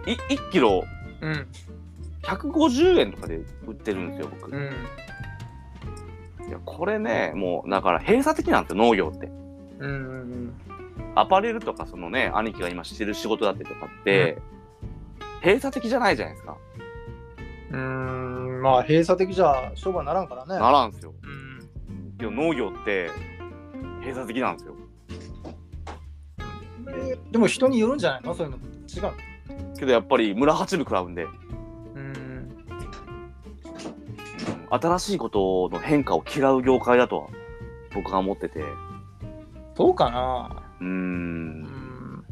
S2: い1キロ
S3: うん
S2: 150円とかで売ってるんですよ、僕。
S3: うん
S2: いやこれねもうだから閉鎖的なんて農業って
S3: うんうん
S2: アパレルとかそのね兄貴が今してる仕事だったりとかって、閉鎖的じゃないじゃないですか
S3: うーんまあ閉鎖的じゃ商売ならんからね。
S2: ならんすよ
S3: うん
S2: けど農業って閉鎖的なんですよ
S3: えーでも人によるんじゃないのそういうの違う。
S2: けどやっぱり村八分食らうんで、
S3: うん
S2: 新しいことの変化を嫌う業界だとは僕は思っててう
S3: そうかな。
S2: ー
S3: うんん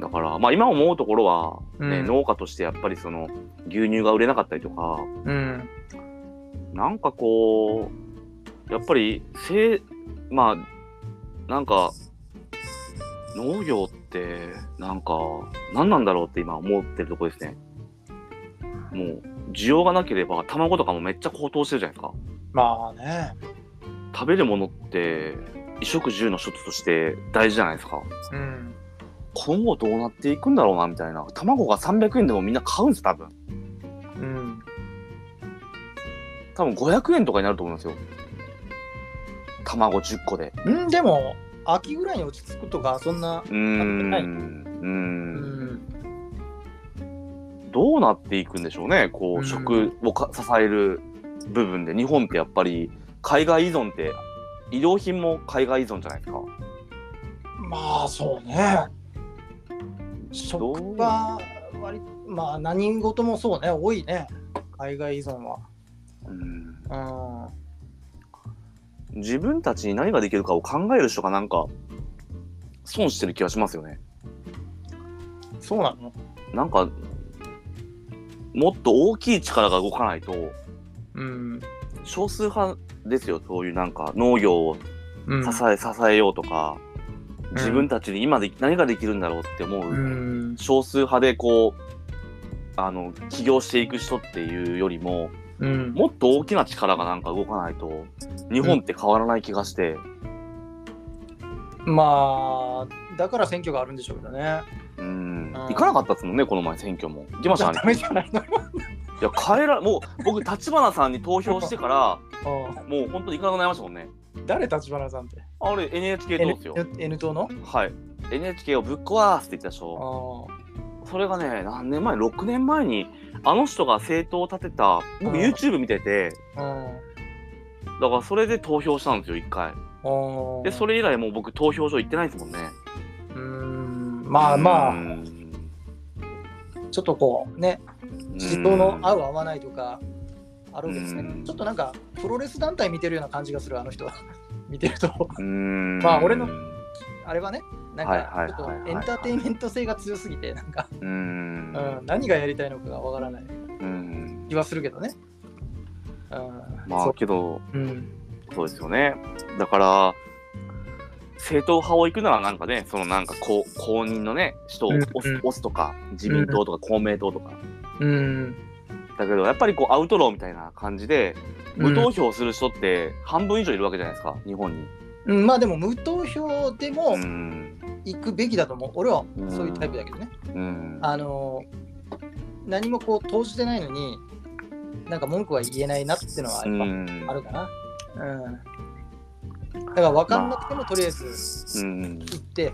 S2: だからまあ今思うところは、ね
S3: うん
S2: 農家としてやっぱりその牛乳が売れなかったりとか
S3: うん
S2: なんかこう、やっぱり、せい、まあ、なんか、農業って、なんか、何なんだろうって今思ってるとこですね。もう、需要がなければ、卵とかもめっちゃ高騰してるじゃないですか。
S3: まあね。
S2: 食べるものって、衣食住の一つとして大事じゃないですか。
S3: うん
S2: 今後どうなっていくんだろうな、みたいな。卵が300円でもみんな買うんです、多分。
S3: うん
S2: 多分500円とかになると思うんですよ。卵10個で。
S3: うんでも秋ぐらいに落ち着くとかそんな。
S2: うーん
S3: はいうんん
S2: どうなっていくんでしょうねこ
S3: うん
S2: う食をか支える部分で日本ってやっぱり海外依存って医療品も海外依存じゃないですか
S3: まあそうね。
S2: どう
S3: 職場割まあ何事もそうね多いね海外依存
S2: うん
S3: は。
S2: 自分たちに何ができるかを考える人がなんか損してる気がしますよね
S3: うんそうなの。
S2: なんかもっと大きい力が動かないと
S3: うん
S2: 少数派ですよそういうなんか農業を
S3: うん
S2: 支え支えようとか自分たちに今でき何ができるんだろうって思う
S3: うん
S2: 少数派でこうあの起業していく人っていうよりも
S3: うん
S2: もっと大きな力がなんか動かないと日本って変わらない気がして、
S3: まあだから選挙があるんでしょうけどね。
S2: うん、
S3: うん
S2: 行かなかったですもんねこの前選挙も行きましたね
S3: ダメ じゃないの。
S2: いや帰らもう僕立花さんに投票してから
S3: う
S2: もう本当に行かなくなりましたもんね
S3: ん誰立花さんって。
S2: あれ NHK 党ですよ
S3: N, N 党の
S2: はい NHK をぶっ壊すって言った人
S3: あ
S2: それがね何年前6年前にあの人が政党を立てた僕
S3: うん
S2: YouTube 見てて
S3: あ。うん
S2: だからそれで投票したんですよ一回
S3: ああ。
S2: でそ
S3: れ。
S2: れ以来もう僕投票所行ってないですもんね
S3: まあまあ、
S2: うん
S3: ちょっとこうね思想の合う合わないとかあるわけですね、
S2: うん
S3: ちょっとなんかプロレス団体見てるような感じがするあ の人は見てると
S2: うん
S3: まあ俺のあれはねなん
S2: はいは
S3: か
S2: い
S3: ちょっ
S2: はいはい
S3: とエンターテインメント性が強すぎてなんか、
S2: う
S3: うんん、何がやりたいのかがわからない
S2: うん
S3: 気はするけどね、うん
S2: ま
S3: そ
S2: あけど
S3: ううん、
S2: そうですよねだから正統派を行くならなんかねそのなんか公公認のね人を
S3: うんうん
S2: 押す,、押すとか自民党とか公明党とか、
S3: うん、
S2: だけどやっぱりこうアウトローみたいな感じで無投票する人って半分以上いるわけじゃないですか日本に。
S3: うん、まあでも無投票でも
S2: うん
S3: 行くべきだと思う俺はそういうタイプだけどね、
S2: うん
S3: あの何もこう投じてないのになんか文句は言えないなっていうのはやっぱ
S2: うん
S3: あるかな。うん。だから分かんなくてもとりあえ
S2: う
S3: ず
S2: ん
S3: 行って、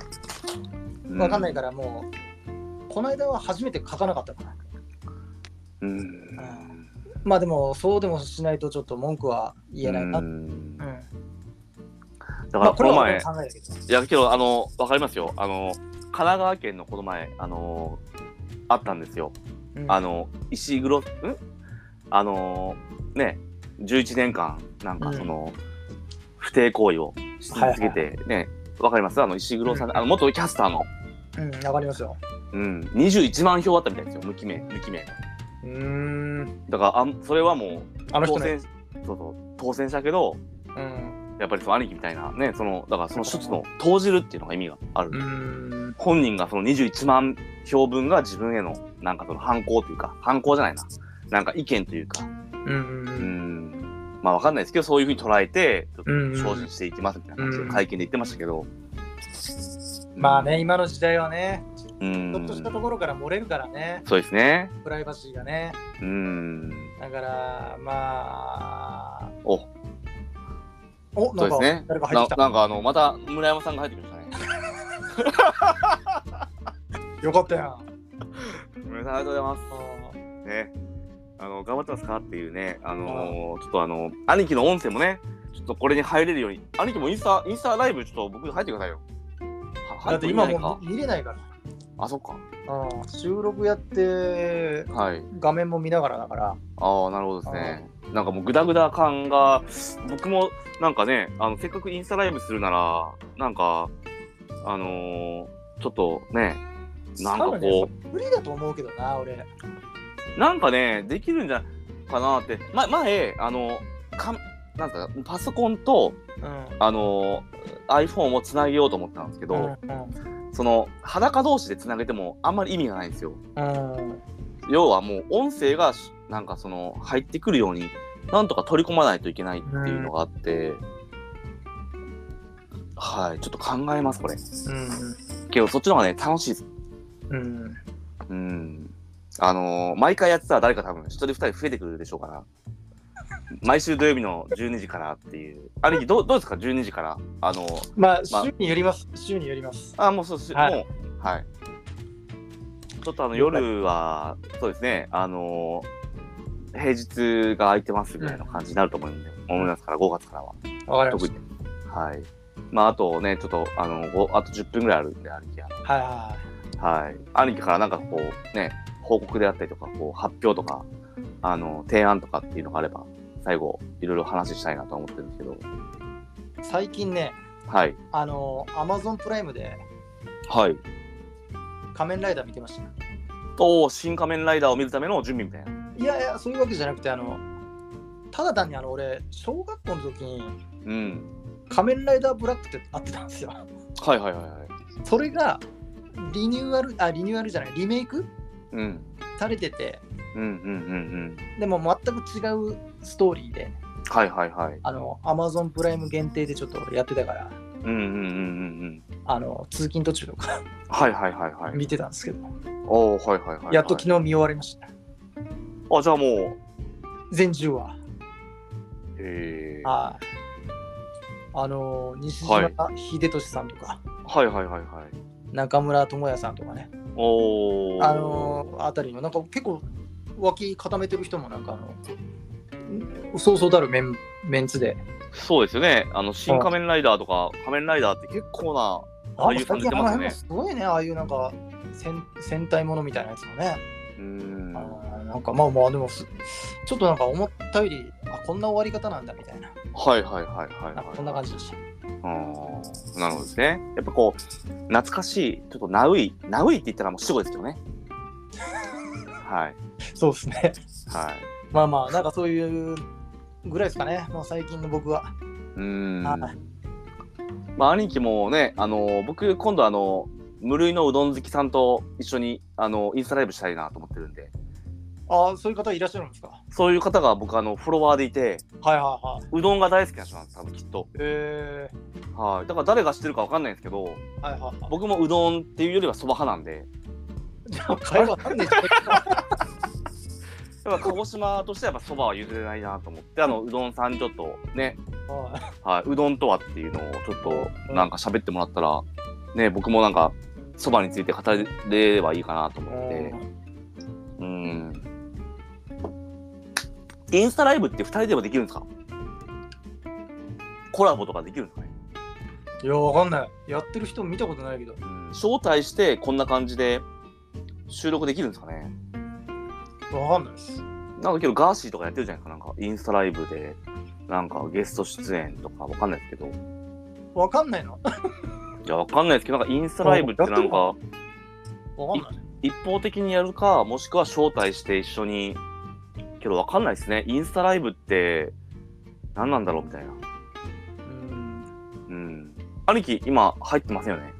S2: う
S3: 分かんないからもう、この間は初めて書かなかったかな。
S2: うん
S3: まあでも、そうでもしないとちょっと文句は言えないな。
S2: う
S3: うん。
S2: んだか
S3: ま
S2: ら
S3: あ、こ
S2: こ
S3: れ
S2: の
S3: は
S2: 前、
S3: 俺の考えだけど。
S2: いやけどあのわかりますよあの神奈川県のこの前あのあったんですよ
S3: うん
S2: あ、の石黒んあのね11年間なんかその、不貞行為をし続けてねわ、かりますあの石黒さん、
S3: うん
S2: あの元キャスターの、
S3: うん、分かりますよ。
S2: うん、21万票あったみたいですよ無記名無記名
S3: うーん。
S2: だからあんそれはも
S3: あ
S2: う
S3: の人
S2: 当
S3: ね。
S2: 選そうそう当選したけど
S3: うん。
S2: やっぱりその兄貴みたいなねそのだからその一つの投じるっていうのが意味がある、
S3: うーん。
S2: 本人がその21万票分が自分へのなんかその反抗というか反抗じゃないななんか意見というか
S3: う。
S2: うんんまあわかんないですけどそういうふうに捉えてちょっと
S3: うん
S2: 精進していきますみたいな感じ
S3: う
S2: で
S3: ん
S2: 会見で言ってましたけど、
S3: まあね、今の時代はね、
S2: う
S3: ちょっ
S2: ん
S3: としたところから漏れるからね、
S2: そうですね
S3: プライバシーがね。
S2: うん
S3: だから、まあ、
S2: おそう
S3: お、な
S2: んです
S3: か、
S2: ね
S3: 誰か入
S2: な
S3: ってきた。
S2: なんかあのまた村山さんが入ってきましたね
S3: よかったやん。
S2: 村山さんありがとうございま
S3: うん
S2: すねあの頑張ってますかっていうねあのーちょっとあの兄貴の音声もねちょっとこれに入れるように兄貴もインスタインスタライブちょっと僕入ってくださいよは入
S3: だっ
S2: って
S3: て
S2: い
S3: 今
S2: ないか
S3: もう見れないから。
S2: あ、そっか。
S3: うん収録やって
S2: はい。
S3: 画面も見ながらだから。
S2: ああ、なるほどですね。なんかもうグダグダ感が、僕もなんかね、あの、せっかくインスタライブするなら、なんか、あのーちょっとね、なんか
S3: 多分ね
S2: こ
S3: 無理だと思うけどな、俺。
S2: う、なんかね、できるんじゃかなって、ま、前、あの、かんなんかパソコンと、
S3: うん。
S2: あのー iPhone をつなげようと思ったんですけど、
S3: う
S2: その裸同士でつなげてもあんまり意味がないんですよ。
S3: ん。うん。
S2: 要はもう音声がしなんかその入ってくるようになんとか取り込まないといけないっていうのがあって、はいちょっと考えますこれけどそっちの方がね楽しいです
S3: うん。うん。
S2: うんあのー毎回やってたら誰か多分一人二人増えてくるでしょうから毎週土曜日の12時からっていう兄貴どうどうですか12時からあのー
S3: まあ、
S2: まあ
S3: 週によります。週によります。
S2: あもうそうし、
S3: はい
S2: もうはいちょっとあの夜はそうですねあのー平日が空いてますぐらいの感じになると思うんで、思いますから5月からは
S3: わかりま
S2: 特
S3: し
S2: にはいまああとねちょっとあのごあと10分ぐらいあるんで兄貴は
S3: た。はいは
S2: はい兄貴からなんかこうね報告であったりとかこう発表とかあの提案とかっていうのがあれば最後いろいろ話したいなと思ってるんですけど
S3: い。最近ね、
S2: はい
S3: あの、アマゾンプライムで
S2: はい
S3: 仮面ライダー見てました。
S2: と新仮面ライダーを見るための準備みたいない
S3: やいや、そういうわけじゃなくて、あの、ただ単にあの、俺、小学校の時に
S2: うん
S3: 仮面ライダーブラックってあってたんですよ。
S2: はいはいはいはい。
S3: それがリニューアルあリニューアルじゃないリメイク
S2: うん。
S3: されてて
S2: うんうんうんうん。
S3: でも全く違うストーリーで
S2: はいはいはい。
S3: あの Amazon プライム限定でちょっとやってたから
S2: うんうんうんうんうん。
S3: あの通勤途中とか
S2: はいはいはいはい。
S3: 見てたんですけど、
S2: おおはいはいはいはい。
S3: やっと昨日見終わりました
S2: あ、じゃあも
S3: 全10話
S2: う。へえ。は
S3: はいあの西
S2: は
S3: 島
S2: い
S3: 秀俊さんとか、
S2: いはいはいはい。
S3: 中村智也さんとかね
S2: おお。
S3: あのあたりのなんか結構脇固めてる人もなんかあのそうそうたるメンメンツで
S2: そうですよね。あの、新仮面ライダーとか、仮面ライダーって結構な
S3: あ
S2: 俳優さん出て
S3: あの
S2: ます
S3: 辺も
S2: ね
S3: すごいね、ああいうなんか戦戦隊ものみたいなやつもね。
S2: うん
S3: あーなんかまあまあ、でもすちょっとなんか思ったより、あこんな終わり方なんだみたいな、
S2: はいはいはいはい、
S3: なんか
S2: はい
S3: こんな感じだし。
S2: あーなるほどですね。やっぱこう、懐かしい、ちょっとナウイ、ナウイって言ったらもう死語ですけ どね。はい。
S3: そうですね。
S2: はい。
S3: まあまあ、なんかそういうぐらいですかね、もう最近の僕は。
S2: うーん。
S3: はい
S2: まあ、兄貴もね、あの、僕、今度あの、無類のうどん好きさんと一緒に、あの、インスタライブしたいなと思ってるんで、
S3: ああ、そういう方いらっしゃるんですか。は
S2: そういう方が僕、あの、フォロワーでいて、
S3: いはいはい。
S2: うどんが大好きな人なんです、多分きっと。
S3: え
S2: はい。だから誰が知ってるかわかんないんですけど、
S3: ー、はいはいはい。
S2: 僕もうどんっていうよりはそば派なんで、
S3: じゃあ会話なんでしょ
S2: やっぱ鹿児島としてはやっぱそばは譲れないなと思って、あの、うどんさんにちょっとね、
S3: は
S2: はい、うどんとはっていうのをちょっとなんか喋ってもらったら、ね、僕もなんかそばについて語れればいいかなと
S3: い
S2: 思って、うん。インスタライブって2人でもできるんですかコラボとかできるんですかね、
S3: いや、わかんない。やってる人見たことないけど。
S2: 招待してこんな感じで収録できるんですかね
S3: わかんないです。
S2: なんかけどガーシーとかやってるじゃないですか、なんかインスタライブで。なんかゲスト出演とかわかんないですけど。い
S3: わかんないの
S2: や、わかんないですけど、なんかインスタライブってなんか、
S3: わかんない。
S2: 一方的にやるか、もしくは招待して一緒に、けどわかんないですね。インスタライブって何なんだろうみたいな。
S3: うん。
S2: うん。兄貴、今入ってませんよね。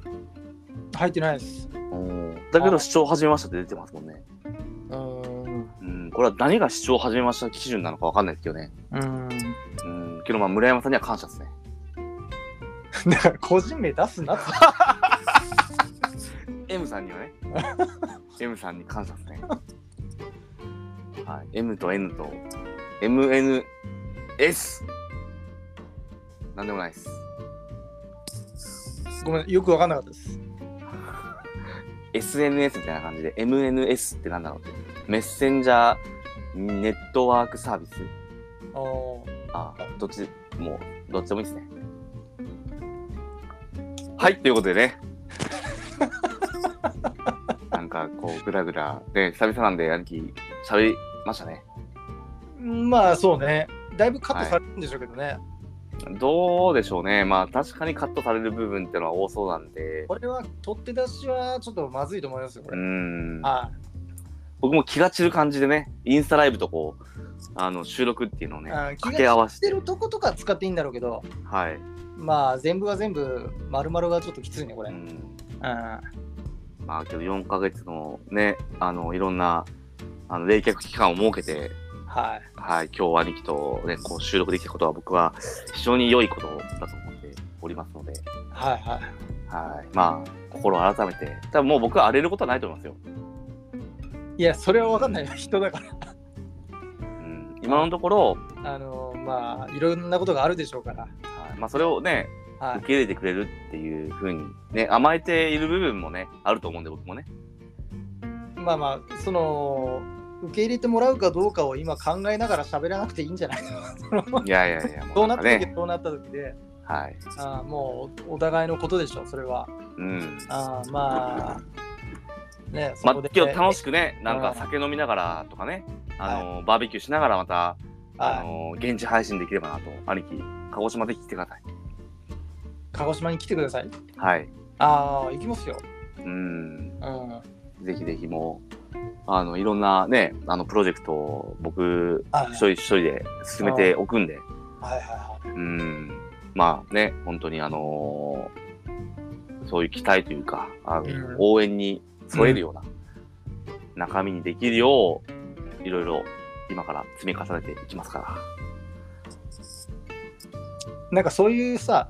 S3: 入ってないです。
S2: だけ
S3: あ
S2: ど視聴始めましたって出てますもんね。
S3: うん。
S2: うん。これは何が視聴始めました基準なのかわかんないですけどね。
S3: うん。
S2: うん。けどまあ村山さんには感謝ですね。
S3: だから個人名出すなって。
S2: M さんに はね。M さんに感謝ですね。はい。M と N と MNS。なんでもないです。
S3: ごめん、よくわかんなかったです。
S2: SNS みたいな感じで MNS ってなんだろうってメッセンジャーネットワークサービス
S3: あ
S2: あ
S3: あ。
S2: どっちもうどっちでもいいですねはいということで ねなんかこうグダグダで久々なんで兄貴喋りましたね
S3: まあ、そうね。だいぶカットされるんでしょうけどね。
S2: どうでしょうねまあ確かにカットされる部分っていうのは多そうなんで
S3: これは取って出しはちょっとまずいと思いますよ、こ
S2: う
S3: れ。
S2: ん
S3: は
S2: 僕も気が散る感じでねインスタライブとこうあの収録っていうのを
S3: い。
S2: ね
S3: あー気
S2: 掛
S3: が
S2: け合わ
S3: し
S2: せ
S3: て
S2: て
S3: るとことか使っていいんだろうけど、
S2: はい
S3: まあ、全部は全部、丸々がちょっときついね、これ。
S2: う
S3: うん。
S2: ん
S3: あ
S2: まあけど4ヶ月のね、あの、いろんな、あの、冷却期間を設けて、
S3: はい。
S2: はい、今日は兄貴とね、こう収録できたことは僕は非常に良いことだと思っておりますので、
S3: はいはい。
S2: はい、まあ、心を改めて、多分もう僕は荒れることはないと思いますよ。
S3: いや、それはわかんないよ、人だから。
S2: うん、今のところ、
S3: あのまあいろんなことがあるでしょうから、
S2: はい、まあそれをね、
S3: は
S2: 受け入れてくれるっていうふうに、ね、甘えている部分もね、あると思うんで僕 もね。
S3: い、まあまあその受け入れてもらうかどうかを今考えながら喋らなくていいんじゃないの
S2: いやいやいや、も
S3: どう
S2: な
S3: なん
S2: か
S3: った時、
S2: ね、
S3: どうなった時で
S2: はい。
S3: あーもうおお互いのことでしょそれは
S2: うん。
S3: あーまあねそ
S2: ま
S3: こ
S2: あ
S3: で、、
S2: 今日楽しくね、なん
S3: う
S2: か
S3: ん
S2: 酒飲みながらとかね、あの、バーベキューしながらまた、あ
S3: はい
S2: の、現地配信できればなと、兄貴、鹿児島で聞いてください。
S3: 鹿児島に来てください
S2: はい。
S3: ああ行きますよ、
S2: うん、
S3: うん、
S2: ぜひぜひもう、あの、いろんなね、あの、プロジェクトを僕、
S3: はい
S2: 一人一人で進めておくんで、
S3: はいはいは
S2: うん、まあね、本当にあのーそういう期待というか、あの
S3: うん
S2: 応援に添えるような、中身にできるよう、いろいろ今から積み重ねていきますから。
S3: いなんかそういうさ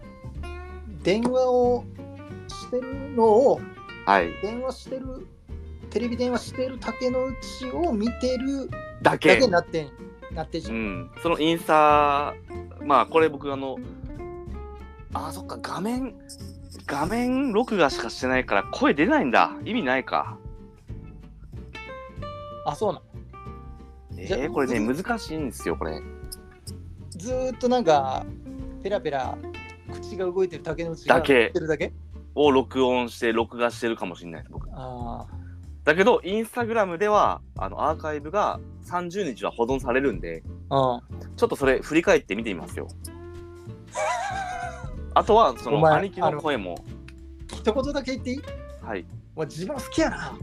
S3: 電話をしてるのを
S2: はい。
S3: 電話してるテレビ電話してる竹の内を見てる
S2: だ
S3: だ
S2: け
S3: け、なってんなってんじゃ、
S2: うんん、そのインスタ、まあこれ僕あの、あ、そっか、画面、画面録画しかしてないから声出ないんだ。意味ないか。
S3: あそうなの
S2: え
S3: じゃ
S2: ー、これね、難しいんですよ、これ。
S3: ずーっとなんかペラペラ口が動いてる竹の内が
S2: だけ
S3: 言ってるだけ
S2: を録音して、録画してるかもしれないです、僕。
S3: あ
S2: だけど、インスタグラムでは、あの、アーカイブが30日は保存されるんで、
S3: あ、
S2: ちょっとそれ振り返って見てみます よ。あとは、そ
S3: お
S2: の、
S3: 前
S2: 兄貴の声も、
S3: 一言だけ言っていい
S2: はい。
S3: 俺自分好きやな。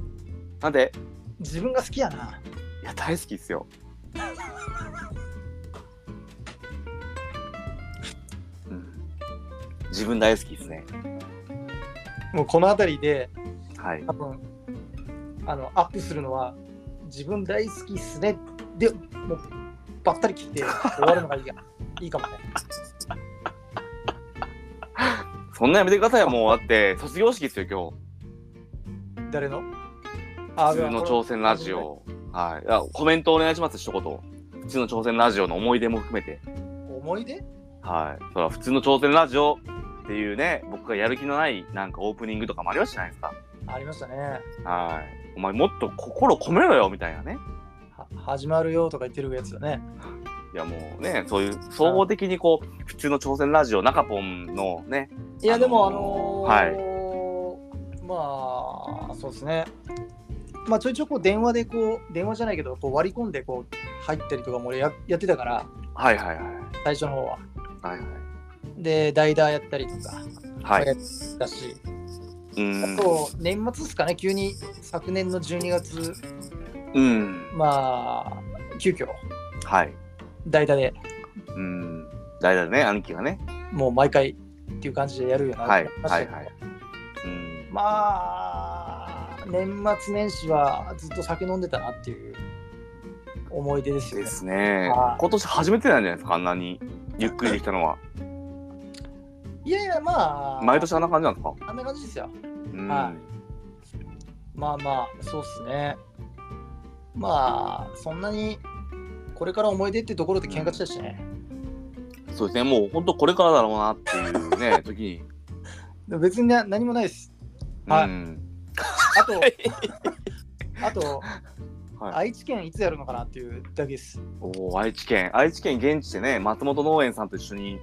S2: なんで、
S3: 自分が好きやな。
S2: いや、大好きっすよ。うん自分大好きっすね。
S3: もうこの辺りで、
S2: はい。
S3: 多分あのアップするのは自分大好きっすねでもうばったり切って終わるのがいいやいいかもね
S2: そんなやめてくださいよ、もう。だって、卒業式っすよ、
S3: 誰の
S2: 今
S3: あ
S2: 日。普通の挑戦ラジオ。はいいや。コメントお願いします、一言。普通の挑戦ラジオの思い出も含めて。
S3: 思い出
S2: はい。そら、普通の挑戦ラジオっていうね、僕がやる気のない、なんかオープニングとかもありましたじゃないですか。
S3: ありましたね
S2: はい。お前、もっと心込めろよ、みたいなね。
S3: は始まるよとか言ってるやつだね
S2: いやもうね、そういう総合的にこう、普通の挑戦ラジオ、中ポンのね、
S3: いやでもあ
S2: あ
S3: の
S2: の
S3: ーまあそうですねまあちょいちょいこう電話でこう電話じゃないけどこう割り込んでこう入ったりとかも俺ややってたから
S2: はいはいはい。
S3: 最初の方は
S2: はい
S3: で代打やったりとか
S2: はい。はい。
S3: だし
S2: うん。
S3: そう年末ですかね、急に昨年の12月、
S2: うん。
S3: まあ、急遽
S2: はい。
S3: 代打で
S2: うん。だいだね、兄貴がね。
S3: もう毎回っていう感じでやるようにな
S2: はい
S3: りましたけど
S2: はいはうん。
S3: まあ、年末年始はずっと酒飲んでたなっていう思い出ですよ
S2: で
S3: ね。
S2: すね
S3: はい。
S2: 今年初めてなんじゃないですか、あんなに。ゆっくりできたのは。
S3: いやいや、まあ、
S2: 毎年あんな感じなんですか
S3: あんな感じですよ。
S2: うん。
S3: はまあまあ、そうっすね。まあ、そんなにこれから思い出ってところで喧嘩したしね。
S2: そうですね、もう本当これからだろうなっていうね、 時に。
S3: でも別にな何もないです。はい
S2: うん。
S3: あと、あと、
S2: はい。
S3: 愛知県いつやるのかなっていうだけです。
S2: おー愛知県。愛知県現地でね、松本農園さんと一緒に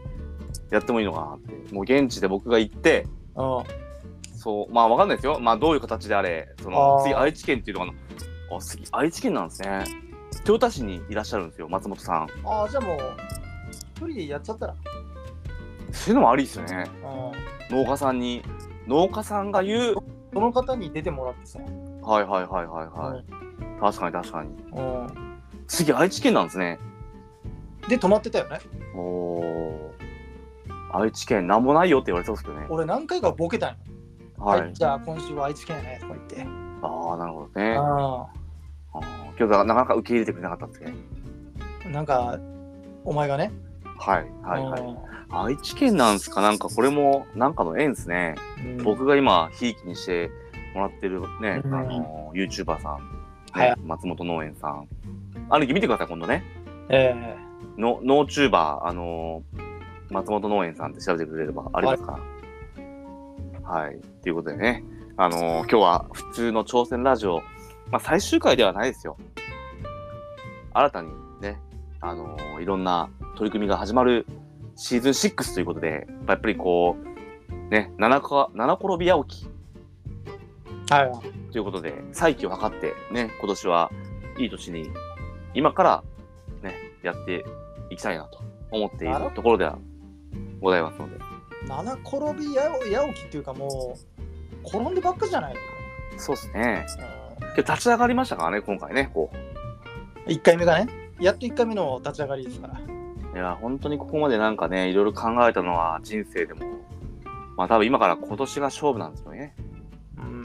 S2: やってもいいのかなって。もう現地で僕が行って、
S3: うん。
S2: そう、まあわかんないですよ。まあどういう形であれ、そ
S3: あ
S2: の
S3: ー
S2: 次愛知県っていうのがあの、あ次愛知県なんですね。豊田市にいらっしゃるんですよ、松本さん。
S3: ああ、じゃあもう、一人でやっちゃったら。
S2: そういうのもありですよね。
S3: うん。
S2: 農家さんに、農家さんが言う。
S3: その方に出てもらってさ。
S2: はいはいはいはいはい。確かに確かに。
S3: うん。
S2: 次愛知県なんですね。
S3: で、泊まってたよね。
S2: おお。愛知県なんもないよって言われそうですけどね。
S3: 俺何回かボケたんよ。
S2: はい。
S3: じゃあ今週は愛知県やねとか言って。
S2: ああ、なるほどね。あ
S3: う
S2: あー今日だなかなか受け入れてくれなかったんですね。
S3: ん。なんか、お前がね。
S2: はいはいはい。
S3: い。
S2: 愛知県なんですかなんかこれもなんかの縁ですね。
S3: うん、
S2: 僕が今ひいきにしてもらってるね、
S3: うん
S2: あの YouTuber さん、ね
S3: はい
S2: 松本農園さん兄貴見てください今度ね
S3: え
S2: の農チューバーあのー松本農園さんって調べてくれればありますからはいということでねあのー今日は普通の挑戦ラジオ、まあ、最終回ではないですよ新たにねあのーいろんな取り組みが始まるシーズン6ということでやっぱりこうね七か七転び八起き
S3: えはい。
S2: ということで、再起を図って、ね、今年はいい年に、今から、ね、やっていきたいなと思っている
S3: なる
S2: ところではございますので。
S3: 七転びやおやおきっていうかもう、転んでばっかじゃないの
S2: そうですね。
S3: う
S2: 今日立ち上がりましたからね、今回ね、こう。
S3: ん一回目がね。やっと一回目の立ち上がりですから。
S2: いや、本当にここまでなんかね、いろいろ考えたのは人生でも、まあ多分今から今年が勝負なんですよね。
S3: うん。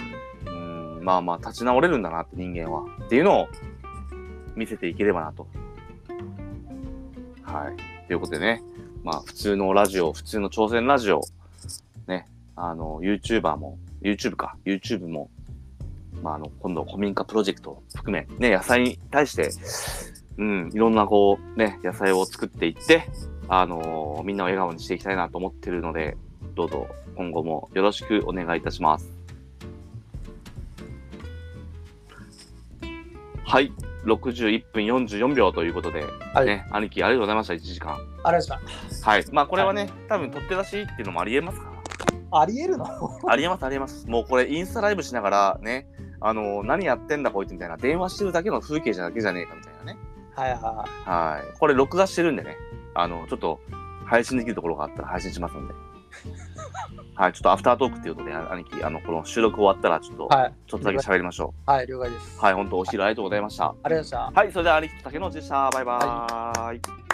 S2: うん、まあまあ立ち直れるんだなって人間は。っていうのを見せていければなと。はい。ということでね、まあ普通のラジオ、普通の挑戦ラジオ、ね、あの、YouTuber も、YouTube か、YouTube も、まああの、今度古民家プロジェクトを含め、ね、野菜に対して、うん、いろんなこう、ね、野菜を作っていって、あのーみんなを笑顔にしていきたいなと思ってるので、どうぞ今後もよろしくお願いいたします。はい、61分44秒ということで、
S3: はい
S2: ね、兄貴ありがとうございました、1時間。
S3: あれでした。
S2: はい、まあこれはね、多分取って出しっていうのもありえますから。
S3: ありえるの
S2: ありえますありえます。もうこれインスタライブしながらね、あの何やってんだこいつみたいな電話してるだけの風景じゃだけじゃねえかみたいなね。
S3: はいは
S2: はい。これ録画してるんでね、あのちょっと配信できるところがあったら配信しますん で。はい、ちょっとアフタートークっていうとね、あ兄貴、あのこの収録終わったらちょっと、
S3: い。はい。
S2: ちょっとだけ喋りましょ
S3: はい、了解です。
S2: う。はい、本当お昼ありがとうございました。
S3: ありがとうございました。
S2: はい、それでは兄貴竹之内でした。バイバーイ